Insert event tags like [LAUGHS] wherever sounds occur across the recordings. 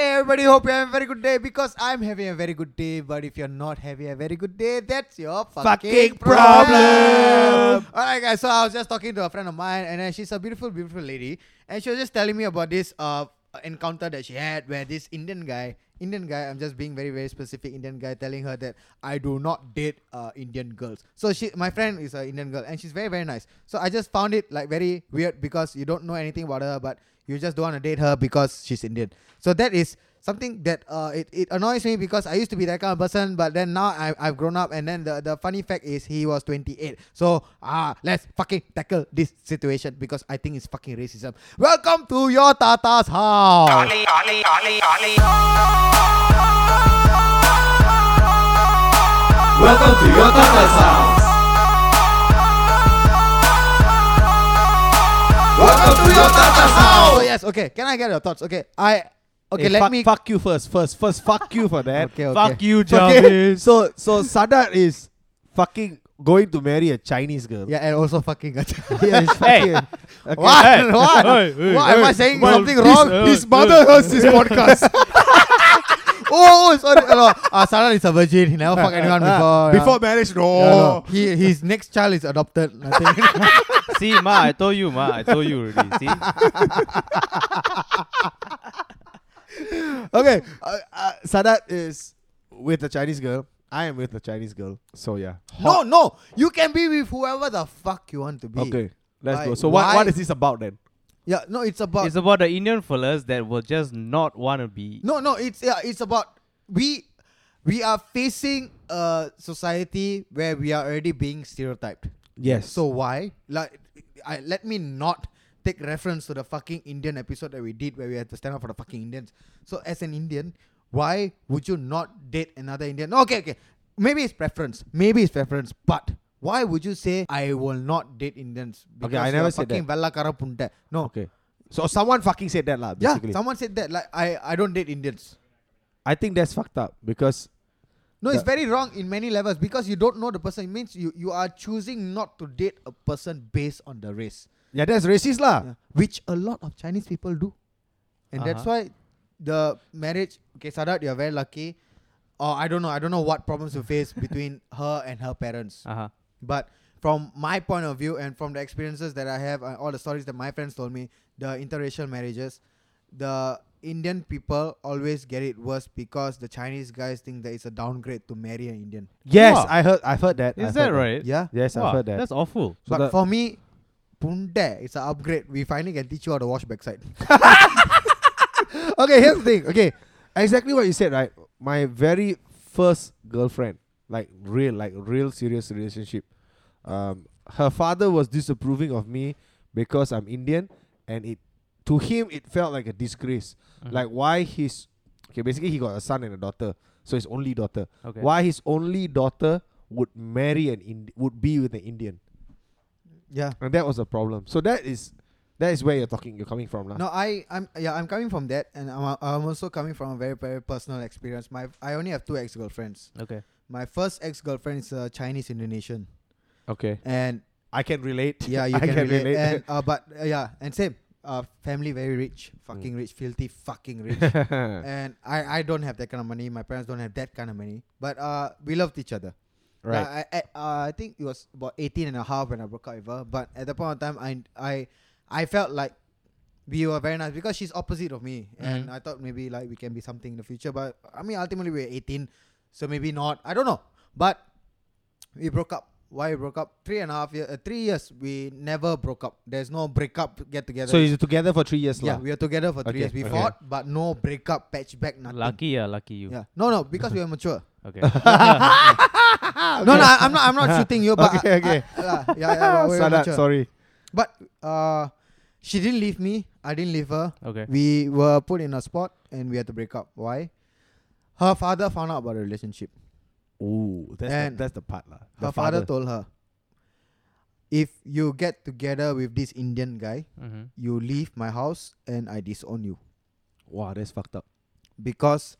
everybody. Hope you're having a very good day because I'm having a very good day. But if you're not having a very good day, that's your fucking, Fucking problem. All right, guys. So I was just talking to a friend of mine, and then she's a beautiful, beautiful lady, and she was just telling me about this uh encounter that she had where this Indian guy. Indian guy, I'm just being very, very specific. Indian guy telling her that I do not date uh, Indian girls. So she, my friend is an Indian girl, and she's very, very nice. So I just found it like very weird because you don't know anything about her, but you just don't want to date her because she's Indian. So that is something that uh, it, it annoys me because I used to be that kind of person, but then now I, I've grown up. And then the, the funny fact is he was 28. So ah, let's fucking tackle this situation because I think it's fucking racism. Welcome to your Tata's house. Welcome to your Tata's house. Welcome to your Tata's Oh yes, okay. Can I get your thoughts? Okay, I okay. Hey, let Eh, fuck, me fuck you first, first, first. [LAUGHS] Fuck you for that. Okay, okay. Fuck you, Jarvis. So, so Sadat is fucking going to marry a Chinese girl. yeah, and also fucking. [LAUGHS] [LAUGHS] yeah, it's Hey. fucking. What? Hey. What? Hey, hey, what? Am I hey. saying Well, something this- wrong? uh, His uh, mother hears this [LAUGHS] podcast. oh, oh, sorry. No, uh, Sarah is a virgin. He never fucked anyone before. yeah. Ah, [LAUGHS] Before Oh. marriage, no. Yeah, no. He, his next child is adopted. I [LAUGHS] think. See, ma, I told you, ma, I told you already. See, Okay, uh, uh, Sadat is with a Chinese girl. I am with a Chinese girl. So yeah. no, no. You can be with whoever the fuck you want to be. Okay, let's Why- go. So what, why- what is this about then? Yeah. No, it's about. it's about the Indian fellas that will just not want to be. No, no, it's yeah, it's about we we are facing a society where we are already being stereotyped. Yes. So why? Like I let me not take reference to the fucking Indian episode that we did where we had to stand up for the fucking Indians. So as an Indian, why would you not date another Indian? No, Okay, okay. Maybe it's preference. Maybe it's preference, but why would you say I will not date Indians? Okay, I never said that. that. No. okay. So someone fucking said that lah. Yeah, Basically. someone said that. Like I, I don't date Indians. I think that's fucked up because No, it's The- very wrong in many levels because you don't know the person. It means you, you are choosing not to date a person based on the race, yeah, that's racist lah. Yeah. which a lot of Chinese people do. And that's why the marriage, okay, Sadat, you're very lucky. Or I don't know, I don't know what problems you face between her and her parents. Uh huh. But from my point of view and from the experiences that I have, uh, all the stories that my friends told me, the interracial marriages, the Indian people always get it worse because the Chinese guys think that it's a downgrade to marry an Indian. Yes, Wow. I heard. I've heard that. Is I've that heard right? Yeah. Yes, Wow, I've heard that. That's awful. So but that- for me, Punde, it's an upgrade. We finally can teach you how to wash backside. okay, here's the thing. Okay, exactly what you said, right? My very first girlfriend, like real, like real serious relationship. Um, her father was disapproving of me because I'm Indian, and it to him it felt like a disgrace. Mhm. Like why his okay, basically he got a son and a daughter, so his only daughter. Okay. Why his only daughter would marry an Ind- would be with an Indian, yeah. and that was a problem. So that is that is where you're talking, you're coming from, lah. No, I, I'm yeah, I'm coming from that, and I'm, I'm also coming from a very very personal experience. My I only have two ex girlfriends. Okay. My first ex girlfriend is a Chinese Indonesian, Okay, and I can relate. [LAUGHS] Yeah, you [LAUGHS] I can, relate. And, uh, but uh, yeah, and same. Uh, family very rich, fucking rich, filthy, fucking rich. and I, I don't have that kind of money. My parents don't have that kind of money. But uh, we loved each other. right. Like, I, I, uh, I think it was about 18 and a half when I broke up with her. But at that point of time, I I I felt like we were very nice because she's opposite of me, and Mm-hmm. Mhm. I thought maybe like we can be something in the future. But I mean, ultimately we were 18, so maybe not. I don't know. But we broke up. Why we broke up? Three and a half years. Uh, three years. We never broke up. There's no breakup get together. So you're together for three years yeah, lah. we were together for three years. Okay, We okay. fought, but no breakup, patch back, nothing. Lucky, yeah, lucky you. Yeah. No, no, because we were mature. Okay. No, no, I- I'm not. I'm [LAUGHS] not shooting you. But Okay, I- okay. I- yeah, yeah, yeah, we- we were Ah, Sadat, mature. sorry. But uh, she didn't leave me. I didn't leave her. okay. We were put in a spot and we had to break up. Why? Her father found out about the relationship. Ooh, that's And- the, that's the part lah. Her father. told her, "If you get together with this Indian guy, Mm-hmm. you leave my house and I disown you." wow, that's fucked up. Because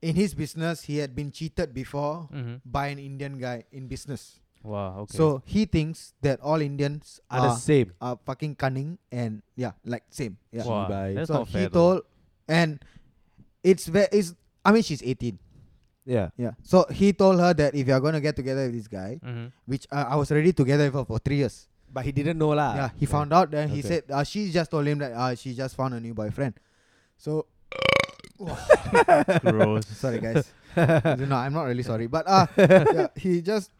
in his business, he had been cheated before Mm-hmm. by an Indian guy in business. Wow. Okay. So he thinks that all Indians Are Ah, the are same. are fucking cunning and yeah, like same. Yeah. wow, Shibai. that's so not he fair. though. told and It's ve- it's I mean she's 18. Yeah. Yeah. So he told her that if you're going to get together with this guy, Mm-hmm. which uh, I was already together with her for 3 years. But he didn't know lah. Yeah, he found out then he Ah, Okay. said uh, she just told him that uh, she just found a new boyfriend. So Gross. sorry [LAUGHS] guys. no, I'm not really sorry, but uh yeah, he just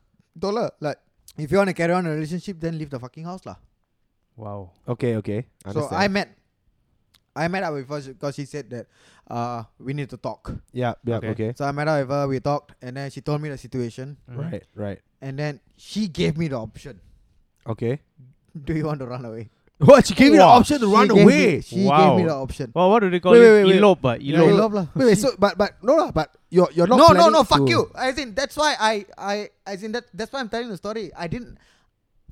told her like if you want to carry on a relationship then leave the fucking house lah. [LAUGHS] Wow. Okay, okay. So Understand. I met I met up with her because she said that uh we need to talk. yeah, yeah, okay. Okay. So I met up with her, we talked, and then she told me the situation, Mhm. Right, right. and then she gave me the option: [LAUGHS] Okay. Do you want to run away? [LAUGHS] What? She gave you the Wow. option to She run gave me- away. she gave Wow. me the option. Well, what do they call Wait, it? wait, wait, Elope, uh, Yeah, elope. elope lah. Wait, wait, She- so but but no lah, but you're you're not no, no, no, planning fuck to- you. I think that's why I, I, I think that that's why I'm telling the story. I didn't.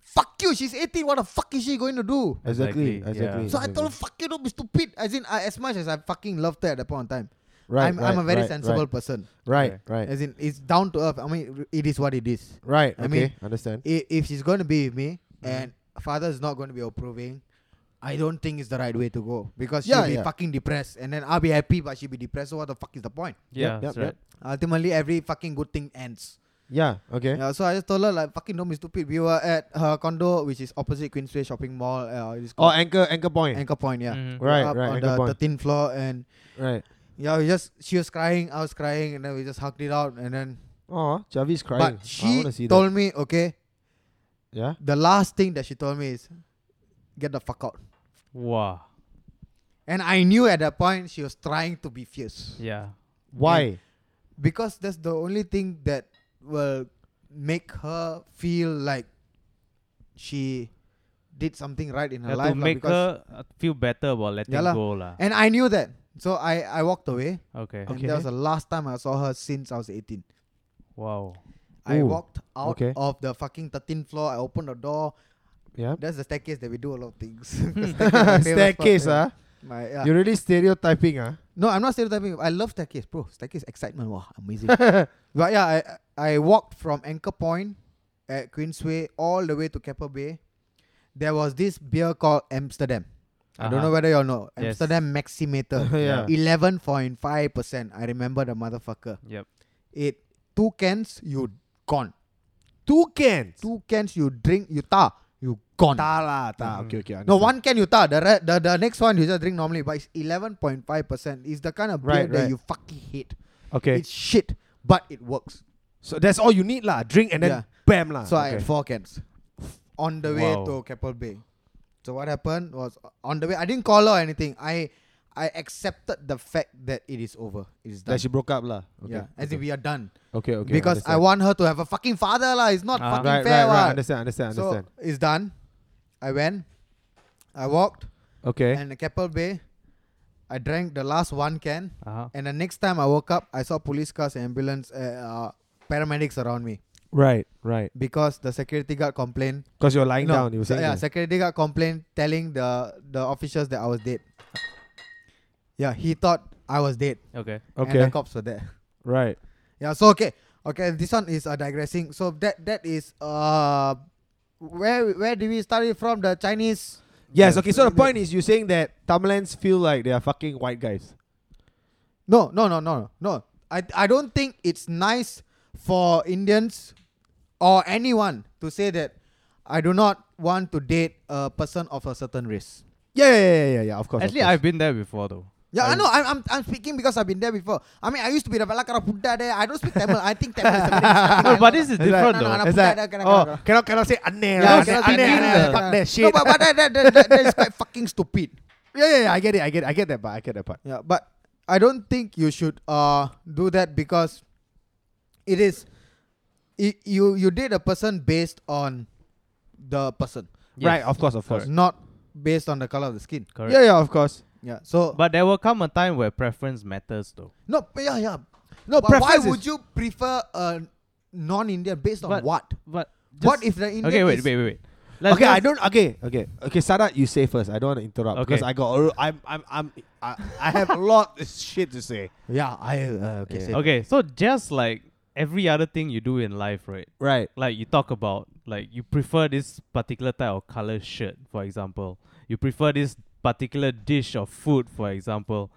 Fuck you. She's 18. What the fuck is she going to do? Exactly, Exactly, exactly. yeah. So I told her, fuck you, don't be stupid. As in, I, as much as I fucking loved her at that point in time, right, I'm, right, I'm a very right, sensible person. Right, Okay. right, right. As in, it's down to earth. I mean, it is what it is. right I okay, mean- understand. I- If she's going to be with me Mm-hmm. and father is not going to be approving, I don't think it's the right way to go because Yeah, she'll be yeah. fucking depressed and then I'll be happy, but she'll be depressed. So what the fuck is the point? Yep, Yeah, that's yep, right. Ultimately, every fucking good thing ends. Yeah, okay. Yeah, so I just told her like fucking don't be stupid. We were at her condo, which is opposite Queensway Shopping Mall. Uh, it's Oh, called anchor anchor point. Anchor Point. Yeah, Mhm. Right, Up right, on Anchor the Point. thirteenth floor, and Right. yeah, we just she was crying, I was crying, and then we just hugged it out, and then Oh, Javi's crying. but I she want to see told me okay, that. Yeah. the last thing that she told me is get the fuck out, Wow. and I knew at that point she was trying to be fierce Yeah. Why? because that's the only thing that will make her feel like she did something right in her Yeah, life to lah, make because her uh, feel better about letting lah. go lah. And I knew that. So I, I walked away. Okay. And that was the last time I saw her since I was 18. Wow. I Ooh, walked out okay. of the fucking 13th floor. I opened the door. [LAUGHS] Yeah. That's the staircase that we do a lot of things. [LAUGHS] [LAUGHS] staircase, ah. ah. You're really stereotyping, ah. No, I'm not stereotyping. I love staircase, bro. Staircase excitement. Wow, amazing. but yeah, I I I walked from Anchor Point at Queensway all the way to Keppel Bay. There was this beer called Amsterdam. I don't Uh-huh. know whether you all know. Yes. Amsterdam Maximator. [LAUGHS] [LAUGHS] yeah. Eleven point five percent. I remember the motherfucker. Yep. It two cans you gone. Two cans. Two cans you drink you ta you gone. Ta lah, ta. Mhm. Okay, okay. No understand. one can you ta the, re- the the next one you just drink normally, but it's eleven point five percent. It's the kind of beer Right, that right. you fucking hate. Okay. It's shit, but it works. so that's all you need, lah. Drink and then Yeah. bam, lah. so I Ah, Okay. had four cans on the way Wow. to Keppel Bay. So what happened was uh, on the way I didn't call her or anything. I I accepted the fact that it is over. It is done. That she broke up, lah. Okay. Yeah, as okay. if we are done. Okay, okay. because I understand. want her to have a fucking father, lah. It's not Ah. fucking Right, fair, right, right. what. Understand, understand, understand. So it's done. I went, I walked, okay. and the Keppel Bay. I drank the last one can, Uh-huh. and the next time I woke up, I saw police cars, ambulance, uh, uh, paramedics around me right, right. because the security guard complained. Because you're lying No, down. You were so- saying. yeah, that. security guard complained, telling the the officials that I was dead. Yeah, he thought I was dead, Okay. and the okay. cops were there. [LAUGHS] Right. Yeah, so okay. Okay, this one is uh, digressing. So that that is uh where where did we start it from? The Chinese Yes. Yeah. Okay. So the point is, you're saying that Tamilans feel like they are fucking white guys. No, no, no, no, no. No. I I don't think it's nice for Indians or anyone to say that I do not want to date a person of a certain race. Yeah, yeah, yeah, yeah, yeah. Of course. Actually, of course. I've been there before though. Yeah, I, know. I'm, I'm I'm speaking because I've been there before. I mean, I used to be the Valakara Putta there. I don't speak Tamil. I think Tamil is a [LAUGHS] very disgusting No, but language. this is It's like- different No, no, though. no, put It's like, that- that- oh, that- cannot, cannot say anne, Yeah, lah, I cannot anne, say anne, anne, anne, fuck yeah. that shit. No, but, but that, that, that, that, that is quite fucking stupid. yeah, yeah, yeah, I get it, I get it, I get that part, I get that part. Yeah, but I don't think you should uh do that because it is i- you you date a person based on the person, Yes, Right, of course, of course. not based on the color of the skin. Correct. Yeah, yeah, of course. Yeah. So But there will come a time where preference matters though. no, but yeah, yeah. No, But why preference is- would you prefer a non-Indian based on But what? But What just- if the Indian? Okay, wait, is- wait, wait, wait. Let's- Okay, I let's- don't. Okay, okay, okay. Sadat, you say first. I don't want to interrupt Okay. because I got. a- I'm, I'm, I'm. I, I have a [LAUGHS] lot of shit to say. Yeah, I uh, okay. say- Okay, so just like every other thing you do in life, right? Right. like you talk about like you prefer this particular type of color shirt for example you prefer this particular dish of food for example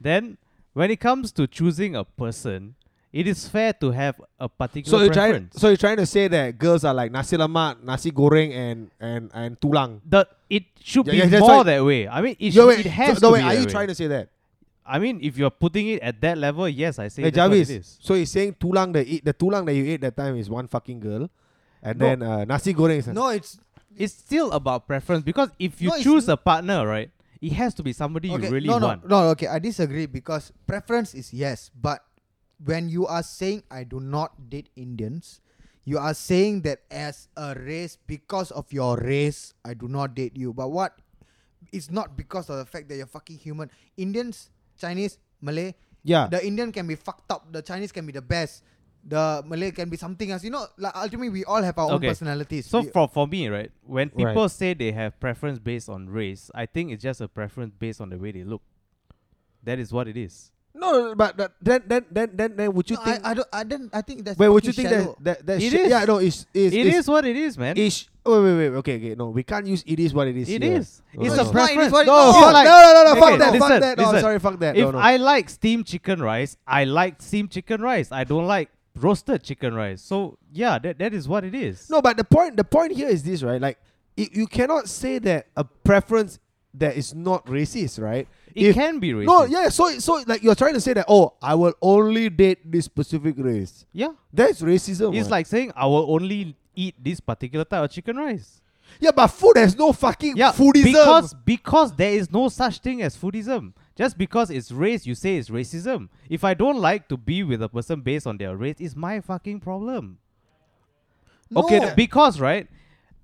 then when it comes to choosing a person, it is fair to have a particular So you're trying, preference. so you're trying to say that girls are like nasi lemak, nasi goreng, and and and tulang. the it should Yeah, be yeah, that's more why- that way. I mean, it, Yo, should- wait, it has so, to no, wait, be are that you way. trying to say that? I mean, if you're putting it at that level, yes, I say hey that's what Jarvis, it is. so he's saying tulang that eat the tulang that you ate that time is one fucking girl, and No. then uh, nasi goreng is No, it's It's still about preference because if you No, it's choose a partner, right, it has to be somebody okay, you really no, no, want. no. Okay, I disagree because preference is yes, but when you are saying I do not date Indians, you are saying that as a race because of your race I do not date you. But what? It's not because of the fact that you're fucking human. Indians, Chinese, Malay, yeah. the Indian can be fucked up. The Chinese can be the best. The Malay can be something else. You know, like ultimately we all have our Okay. own personalities. So We- for for me, right, when Right. people say they have preference based on race, I think it's just a preference based on the way they look. That is what it is. no, but but then then then then, then would you No, I, think? I don't. I didn't. I think that's. wait, would you fucking think shallow. that that that It shit- is. Yeah, no, it's it's It it's, is what it is, man. It Ish. Oh, wait, wait, wait. Okay, okay. No, we can't use it is what it is. is. here. No, It's no, a no. It is preference. what it No, is. fuck, Like- no, no, no, no, Okay, fuck that, fuck listen, that. No, listen. sorry, fuck that. if no, no. I like steamed chicken rice, I like steamed chicken rice. I don't like roasted chicken rice. So yeah, that that is what it is. No, but the point the point here is this, right? Like, it, you cannot say that a preference that is not racist, right? it if- can be racist. No, yeah. So so like you're trying to say that oh, I will only date this specific race. yeah. That's racism. It's what? like saying I will only eat this particular type of chicken rice. yeah, but food has no fucking Yeah, foodism. because because there is no such thing as foodism. Just because it's race, you say it's racism. If I don't like to be with a person based on their race, it's my fucking problem. Okay, No. th- because right,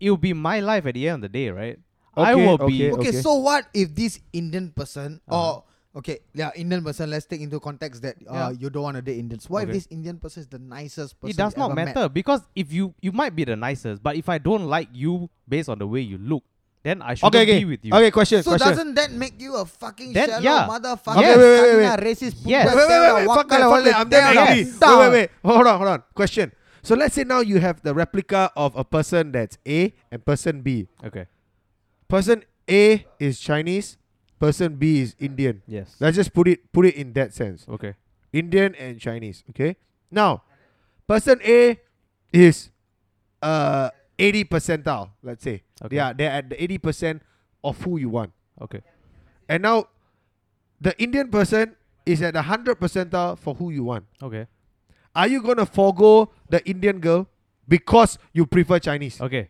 it'll be my life at the end of the day, right? I Okay, will okay. be. okay, so what if this Indian person Uh-huh. or okay, yeah, Indian person. Let's take into context that uh, Yeah. you don't want to date Indians. What if Okay. this Indian person is the nicest person? It does you not ever matter because if you you might be the nicest, but if I don't like you based on the way you look, then I shouldn't okay, okay. be with you. Okay, Met? question. So question. doesn't that make you a fucking Then- shallow yeah. motherfucker? Okay, wait, wait, wait, Kanina, racist. Yes. Wait, wait, wait, wait, fuck that, fuck that. I'm damn Yes. angry. Wait, wait, wait. Hold on, hold on. Question. So let's say now you have the replica of a person that's A and person B. Okay. Person A is Chinese, person B is Indian. Yes. Let's just put it put it in that sense. okay. Indian and Chinese, okay? Now, person A is uh 80 percentile, let's say. Okay. Yeah, they're at the 80% of who you want. Okay. And now the Indian person is at the 100 percentile for who you want. Okay. Are you gonna forego the Indian girl because you prefer Chinese? Okay.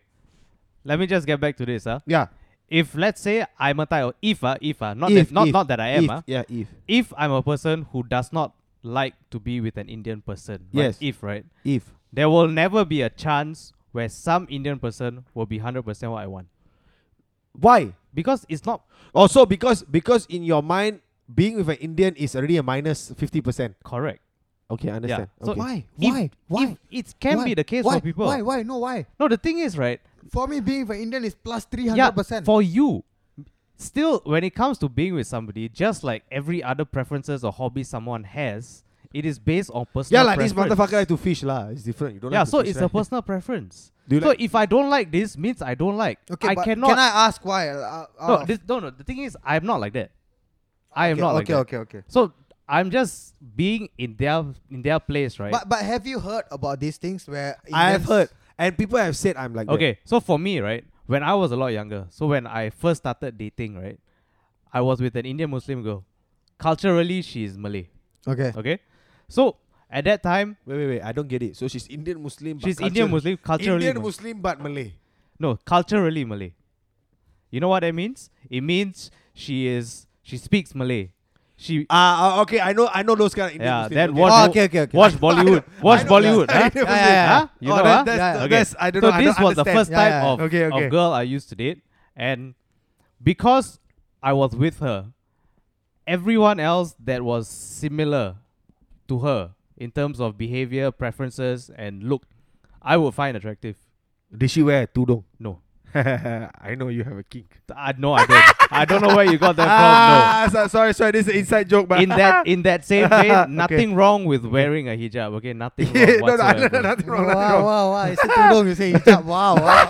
Let me just get back to this, huh? Yeah. if let's say I'm a type of if uh, if uh, not If, that, not if, not that I am if, uh, yeah, if. if I'm a person who does not like to be with an Indian person right? Yes. if right If. there will never be a chance where some Indian person will be hundred percent what I want Why? because it's not Also because because in your mind being with an Indian is already a minus fifty percent. correct Okay, I understand. So okay. Why? If- Why? if Why? it can Why? be the case why? for people Why? Why? No. Why? no the thing is right For me, being with an Indian is plus three yeah hundred percent. for you still when it comes to being with somebody just like every other preferences or hobby someone has it is based on personal Yeah, like this preference. motherfucker like to fish lah. It's different. You don't yeah, like to so fish, it's a right? personal preference. Do you so like- if I don't like this, means I don't like. Okay, I but cannot. Can I ask why? Uh, uh, no, uh, this, no, no. The thing is, I'm not like that. I am okay, not like okay, that. okay, okay. So I'm just being in their in their place, right? But but have you heard about these things where I have Indians- heard, and people have said I'm like that. okay, so for me, right, when I was a lot younger, so when I first started dating, right, I was with an Indian Muslim girl. Culturally, she is Malay. Okay. Okay, so at that time, Wait, wait, wait. I don't get it. So she's Indian Muslim. But she's Indian culturally- Muslim. Culturally, Indian Malay. Muslim, but Malay. No, culturally Malay. You know what that means? It means she is she speaks Malay. She Ah, ah, okay. I know. I know those kind of Indian yeah. Muslim. Then Ah, okay. watch Oh, Bo- okay, okay, okay. watch [LAUGHS] Bollywood. Watch I know, Bollywood. [LAUGHS] yeah. huh? Indian Yeah, Muslim. yeah, yeah. Huh? You oh, know, that- huh? that's, Yeah, the- okay. that's- I don't so know. I this don't was the understand. first Yeah, type yeah. Of, Okay, okay. of girl I used to date, and because I was with her, everyone else that was similar to her in terms of behavior, preferences, and look, I would find attractive. Did she wear a tudung? [LAUGHS] No, I know you have a kink. I no, I don't. I don't know where you got that from. No. Ah, so- sorry, sorry. This is an inside joke, [LAUGHS] but in that in that [LAUGHS] same Okay. way, nothing wrong with wearing a hijab. Okay, nothing wrong Yeah, [LAUGHS] no, no, whatsoever. no, no, nothing wrong. wow, nothing wrong. wow, wow. It's a tudung, you say hijab. Wow, wow.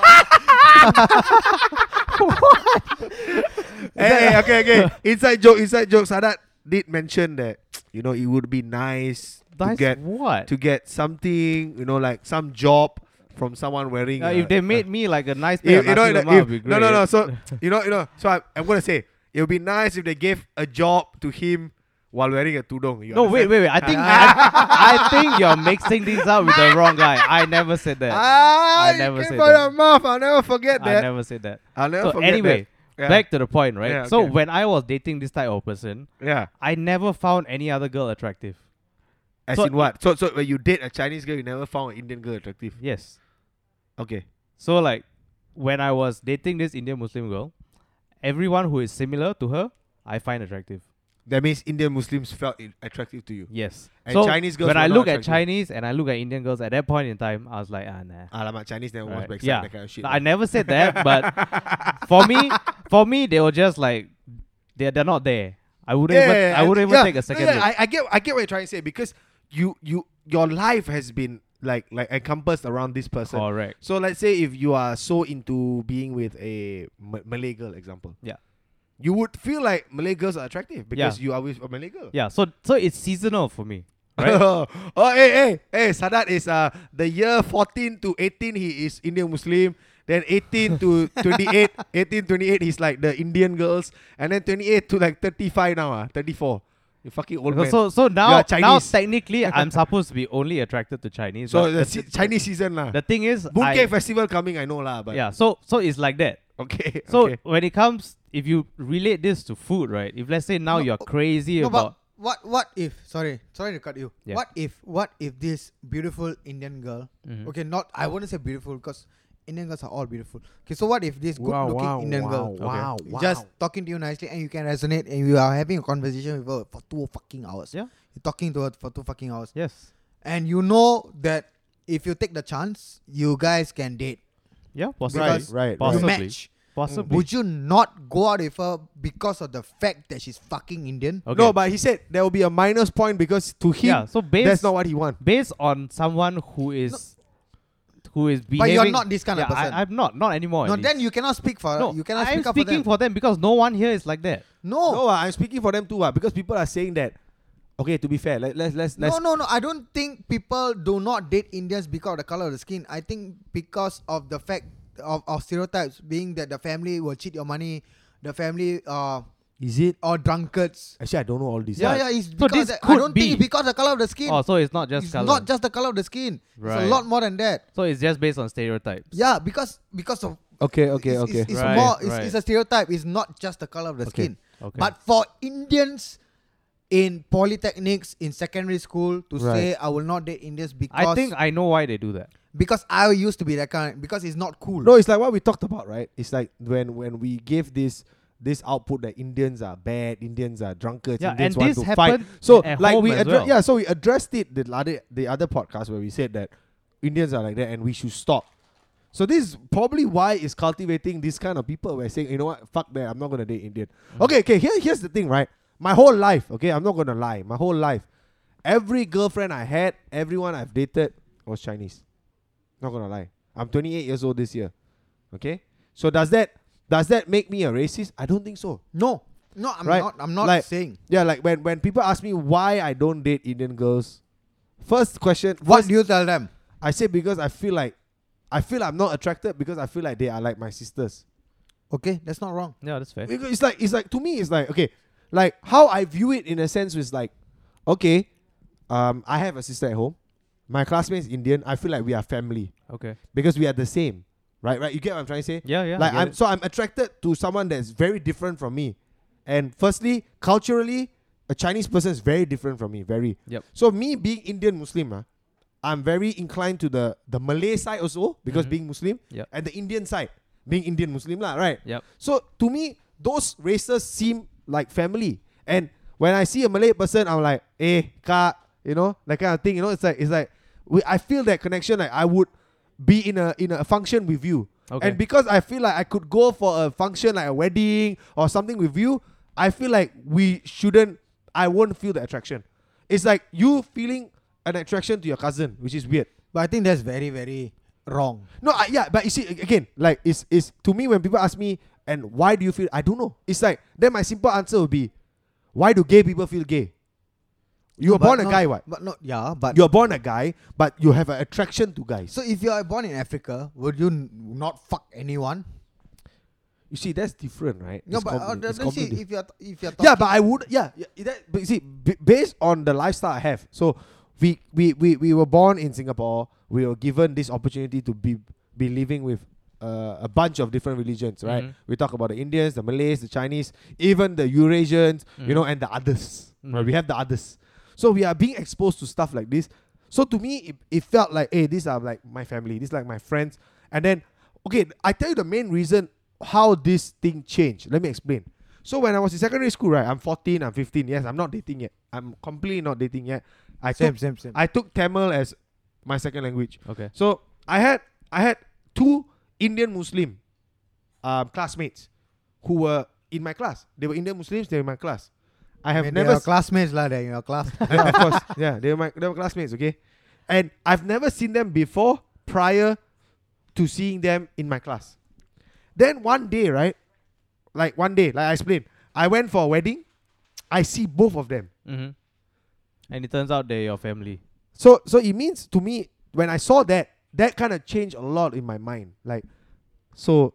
[LAUGHS] Hey, hey, okay, okay. Inside joke, inside joke. Sadat, did mention that you know it would be nice to That's get what? to get something you know like some job from someone wearing. Uh, a- if they a- made me like a nice If- pair of you know, nasi like, lemak, if- it'd be no, great. no, no. [LAUGHS] So you know, you know. So I, I'm gonna say it would be nice if they gave a job to him while wearing a tudong. You No, wait, understand? wait, wait. I think I, I think you're mixing these up with the wrong guy. I never said that. Ah, I you never came said by that. the mouth. I'll never forget I that. never said that. I'll never So forget anyway, that. Yeah. back to the point, right? Yeah, So okay. when I was dating this type of person, yeah. I never found any other girl attractive. As So- in what? So, so when you date a Chinese girl, you never found an Indian girl attractive. Yes. Okay. So like when I was dating this Indian Muslim girl, everyone who is similar to her, I find attractive. That means Indian Muslims felt it attractive to you. Yes. And so Chinese girls when were I not look at attractive. Chinese and I look at Indian girls at that point in time, I was like, ah nah. Alamak, Chinese never was Right. backside, Yeah. that kind of shit. I never said that, [LAUGHS] but for me, for me, they were just like they they're not there. I wouldn't even I wouldn't even yeah. take a second No, yeah, look. I, I get I get what you're trying to say because you you your life has been like like encompassed around this person. Correct. So let's say if you are so into being with a Ma- Malay girl, example. Yeah. You would feel like Malay girls are attractive because you are with a Malay girl. Yeah. So so it's seasonal for me, right? [LAUGHS] oh, hey, hey, hey, Sadat is uh the year 14 to 18 he is Indian Muslim. Then 18 to [LAUGHS] 28, 18 28 he's like the Indian girls, and then 28 to like 35 now, ah, 34. You fucking old man. so so now now Chinese. technically I'm supposed to be only attracted to Chinese. So but the se- Chinese season lah. the thing is, I- Mooncake festival coming, I know lah. But yeah. So so it's like that. okay. So okay. when it comes, if you relate this to food, right? If let's say now No, you're uh, crazy No, but about what what if? Sorry, sorry to cut you. Yeah. What if? What if this beautiful Indian girl? Okay, not I wouldn't say beautiful because Indian girls are all beautiful. Okay, so what if this good-looking Indian girl wow, just talking to you nicely and you can resonate and you are having a conversation with her for two fucking hours? Yeah. you're talking to her for two fucking hours, yes, and you know that if you take the chance, you guys can date. yeah, possibly, Right, Because right, You Possibly. match. possibly. Would you not go out with her because of the fact that she's fucking Indian? okay. No, but he said there will be a minus point because to him yeah. So based that's not what he want. based on someone who is who is behaving. But you're not this kind of Yeah, person. I, I'm not, not anymore. no, at then least. you cannot speak for no, you cannot I'm speak up speaking for them. because no one here is like that. no, No, ah, I'm speaking for them too, ah, because people are saying that. Okay, to be fair, let, let's let's let's no, no, no. I don't think people do not date Indians because of the color of the skin. I think because of the fact of, of stereotypes being that the family will cheat your money, the family uh Is it? or drunkards. Actually, I don't know all this. Yeah, Yeah. yeah. It's So because this that- I could don't be- think it's because of the color of the skin. Oh, so it's not just it's color. not just the color of the skin. It's Right. a lot more than that. so it's just based on stereotypes. Yeah, because because of Okay, okay, it's, okay. It's, it's Right, more. It's, right. it's a stereotype. It's not just the color of the Okay, skin. okay. But for Indians in polytechnics in secondary school to Right. say I will not date Indians because I think I know why they do that. because I used to be that kind because it's not cool. No, it's like what we talked about, right? It's like when when we give this this output that Indians are bad, Indians are drunkards, Yeah, Indians and want this to fight. happened So at like home we as addre- well. yeah, so we addressed it the other the other podcast where we said that Indians are like that and we should stop. So this is probably why it's cultivating this kind of people. We're saying, you know what, fuck that, I'm not gonna date Indian. Mm. Okay, okay. Here, here's the thing, right? My whole life, okay, I'm not gonna lie. My whole life, every girlfriend I had, everyone I've dated was Chinese. Not gonna lie. I'm 28 years old this year. Okay? So does that does that make me a racist? I don't think so. No, no, I'm Right. not. I'm not Like- saying. Yeah, like when, when people ask me why I don't date Indian girls, first question What first- do you tell them? I say because I feel like I feel I'm not attracted because I feel like they are like my sisters. Okay, that's not wrong. Yeah, that's fair. Because it's like it's like to me it's like okay, like how I view it in a sense is like, okay, um, I have a sister at home, my classmate is Indian. I feel like we are family Okay. because we are the same, right? Right? You get what I'm trying to say? Yeah, yeah. I like get I'm it. so I'm attracted to someone that's very different from me, and firstly culturally, a Chinese person is very different from me. Very. Yep. So me being Indian Muslim, ah, I'm very inclined to the the Malay side also because Mhm. being Muslim, Yep. and the Indian side being Indian Muslim lah, right? Yep. So to me, those races seem like family. And when I see a Malay person, I'm like, eh, ka, you know, that kind of thing. You know, it's like it's like we, I feel that connection. Like I would be in a in a function with you. Okay. And because I feel like I could go for a function like a wedding or something with you, I feel like we shouldn't. I won't feel the attraction. It's like you feeling an attraction to your cousin, which is weird. But I think that's very, very wrong. No, I, yeah, but you see a- again, like it's it's to me when people ask me and why do you feel I don't know. It's like then my simple answer would be, Why do gay people feel gay? You were But born a not- guy, what? But not yeah, but You're born a guy, but you have an attraction to guys. so if you are born in Africa, would you n- not fuck anyone? You see, that's different, right? No, It's but compli- uh, it's doesn't she- completely- if you're t- if you're yeah, talking- but I would. Yeah, yeah it- that, but you see, b- based on the lifestyle I have, so we, we we we were born in Singapore. We were given this opportunity to be be living with uh, a bunch of different religions, right? Mhm. We talk about the Indians, the Malays, the Chinese, even the Eurasians, you Mhm. know, and the others. Right? Mhm. We have the others, so we are being exposed to stuff like this. So to me, it, it felt like, hey, these are like my family, these are like my friends, and then okay, I tell you the main reason how this thing changed. Let me explain. So when I was in secondary school, right, I'm 14, I'm 15. Yes, I'm not dating yet. I'm completely not dating yet. I same, took, same, same. I took Tamil as my second language. Okay. So I had I had two Indian Muslim um, classmates who were in my class. They were Indian Muslims. They were in my class. I have mean, they never are classmates lah. They your [LAUGHS] class. yeah, of course. Yeah, they were my they were classmates, okay? And I've never seen them before prior to seeing them in my class. Then one day, right? Like one day, like I explained, I went for a wedding. I see both of them. Mm-hmm. And it turns out they're your family. [LAUGHS] So so it means to me when I saw that, that kind of changed a lot in my mind. Like, so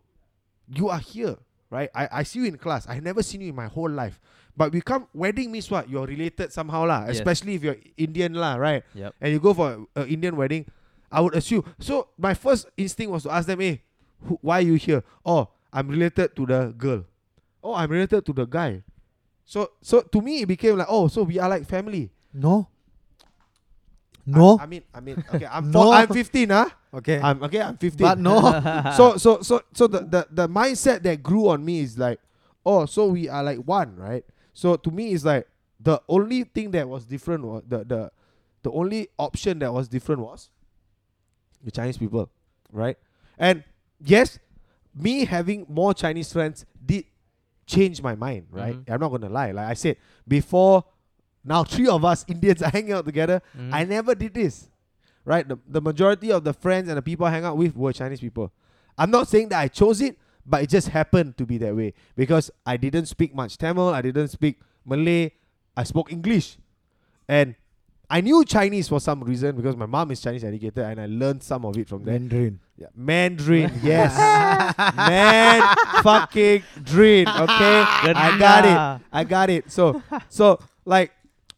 you are here, right? I, I see you in class. I never seen you in my whole life. But we come wedding means what? You're related somehow, lah. Yes. Especially if you're Indian, lah, right? Yep. and you go for an Indian wedding, I would assume. So my first instinct was to ask them, "Hey, who, why are you here?" Oh, I'm related to the girl. Oh, I'm related to the guy. So, so to me, it became like, oh, so we are like family. no. No. I, I mean, I mean, okay, I'm [LAUGHS] No. four, I'm 15, huh? okay. I'm okay, I'm 15. but [LAUGHS] no. so, so, so, so the, the the mindset that grew on me is like, oh, so we are like one, right? So to me, it's like the only thing that was different was the the the only option that was different was the Chinese people, right? And yes, me having more Chinese friends did change my mind, right? Mhm. I'm not gonna lie. Like I said before, now three of us [LAUGHS] Indians are hanging out together. Mhm. I never did this, right? The, the majority of the friends and the people I hang out with were Chinese people. I'm not saying that I chose it, but it just happened to be that way because I didn't speak much Tamil, I didn't speak Malay, I spoke English, and I knew Chinese for some reason because my mom is Chinese educator and I learned some of it from there. Mandarin. Yeah, Mandarin, yes. Man fucking dream. Okay. Good I got nah. it. I got it. So so like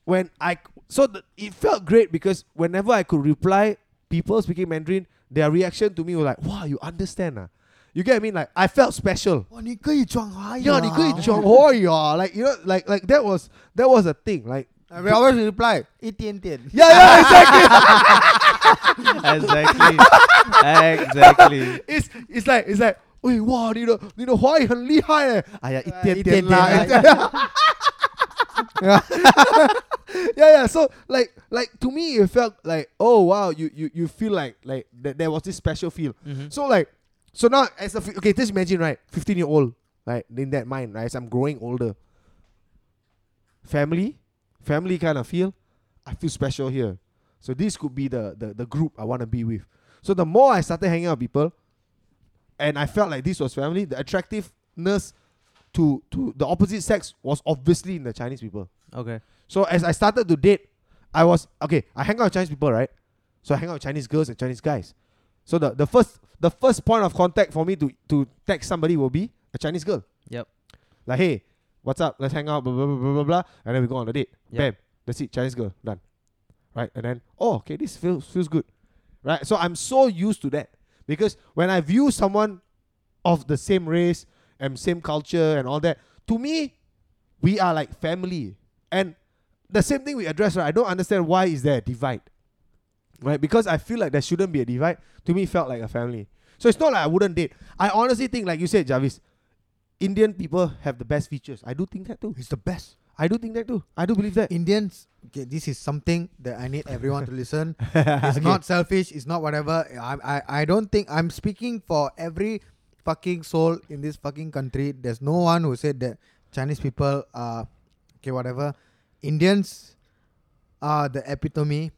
when I so the, it felt great because whenever I could reply people speaking Mandarin, their reaction to me was like, wow, you understand. Ah. You get what I mean? Like I felt special. Oh, 哇，你可以转华语。 Yeah, they could enjoy, yeah. Like you know, like like that was that was a thing. Like We always reply 一点点。 yeah, yeah, exactly. exactly. [LAUGHS] exactly. it's it's like it's like 喂，哇，你的你的华语很厉害哎！哎呀，一点点啦，yeah, [LAUGHS] yeah. So like, like to me, it felt like, oh wow, you you you feel like like that there was this special feel. Mhm. So like, so now as a fi- okay, just imagine right, fifteen year old right in that mind right, as I'm growing older. Family, family kind of feel. I feel special here. So this could be the the, the group I want to be with. So the more I started hanging out with people, and I felt like this was family, the attractiveness to to the opposite sex was obviously in the Chinese people. Okay. So as I started to date, I was okay. I hang out with Chinese people, right? So I hang out with Chinese girls and Chinese guys. So the, the first the first point of contact for me to to text somebody will be a Chinese girl. Yep. Like hey, what's up? Let's hang out. Blah blah blah blah blah. blah and then we go on a date. Yep. Bam. That's it. Chinese girl done. Right. And then oh okay, this feels feels good. Right. So I'm so used to that because when I view someone of the same race and same culture and all that, to me, we are like family. And the same thing we address, right? I don't understand why is there a divide. Right? Because I feel like there shouldn't be a divide. To me, it felt like a family. So it's not like I wouldn't date. I honestly think, like you said, Jarvis, Indian people have the best features. I do think that too. It's the best. I do think that too. I do believe that. Indians, okay, this is something that I need everyone to listen. [LAUGHS] It's not selfish. It's not whatever. I, I, I don't think I'm speaking for every fucking soul in this fucking country. There's no one who said that Chinese people are okay, whatever. Indians are the epitome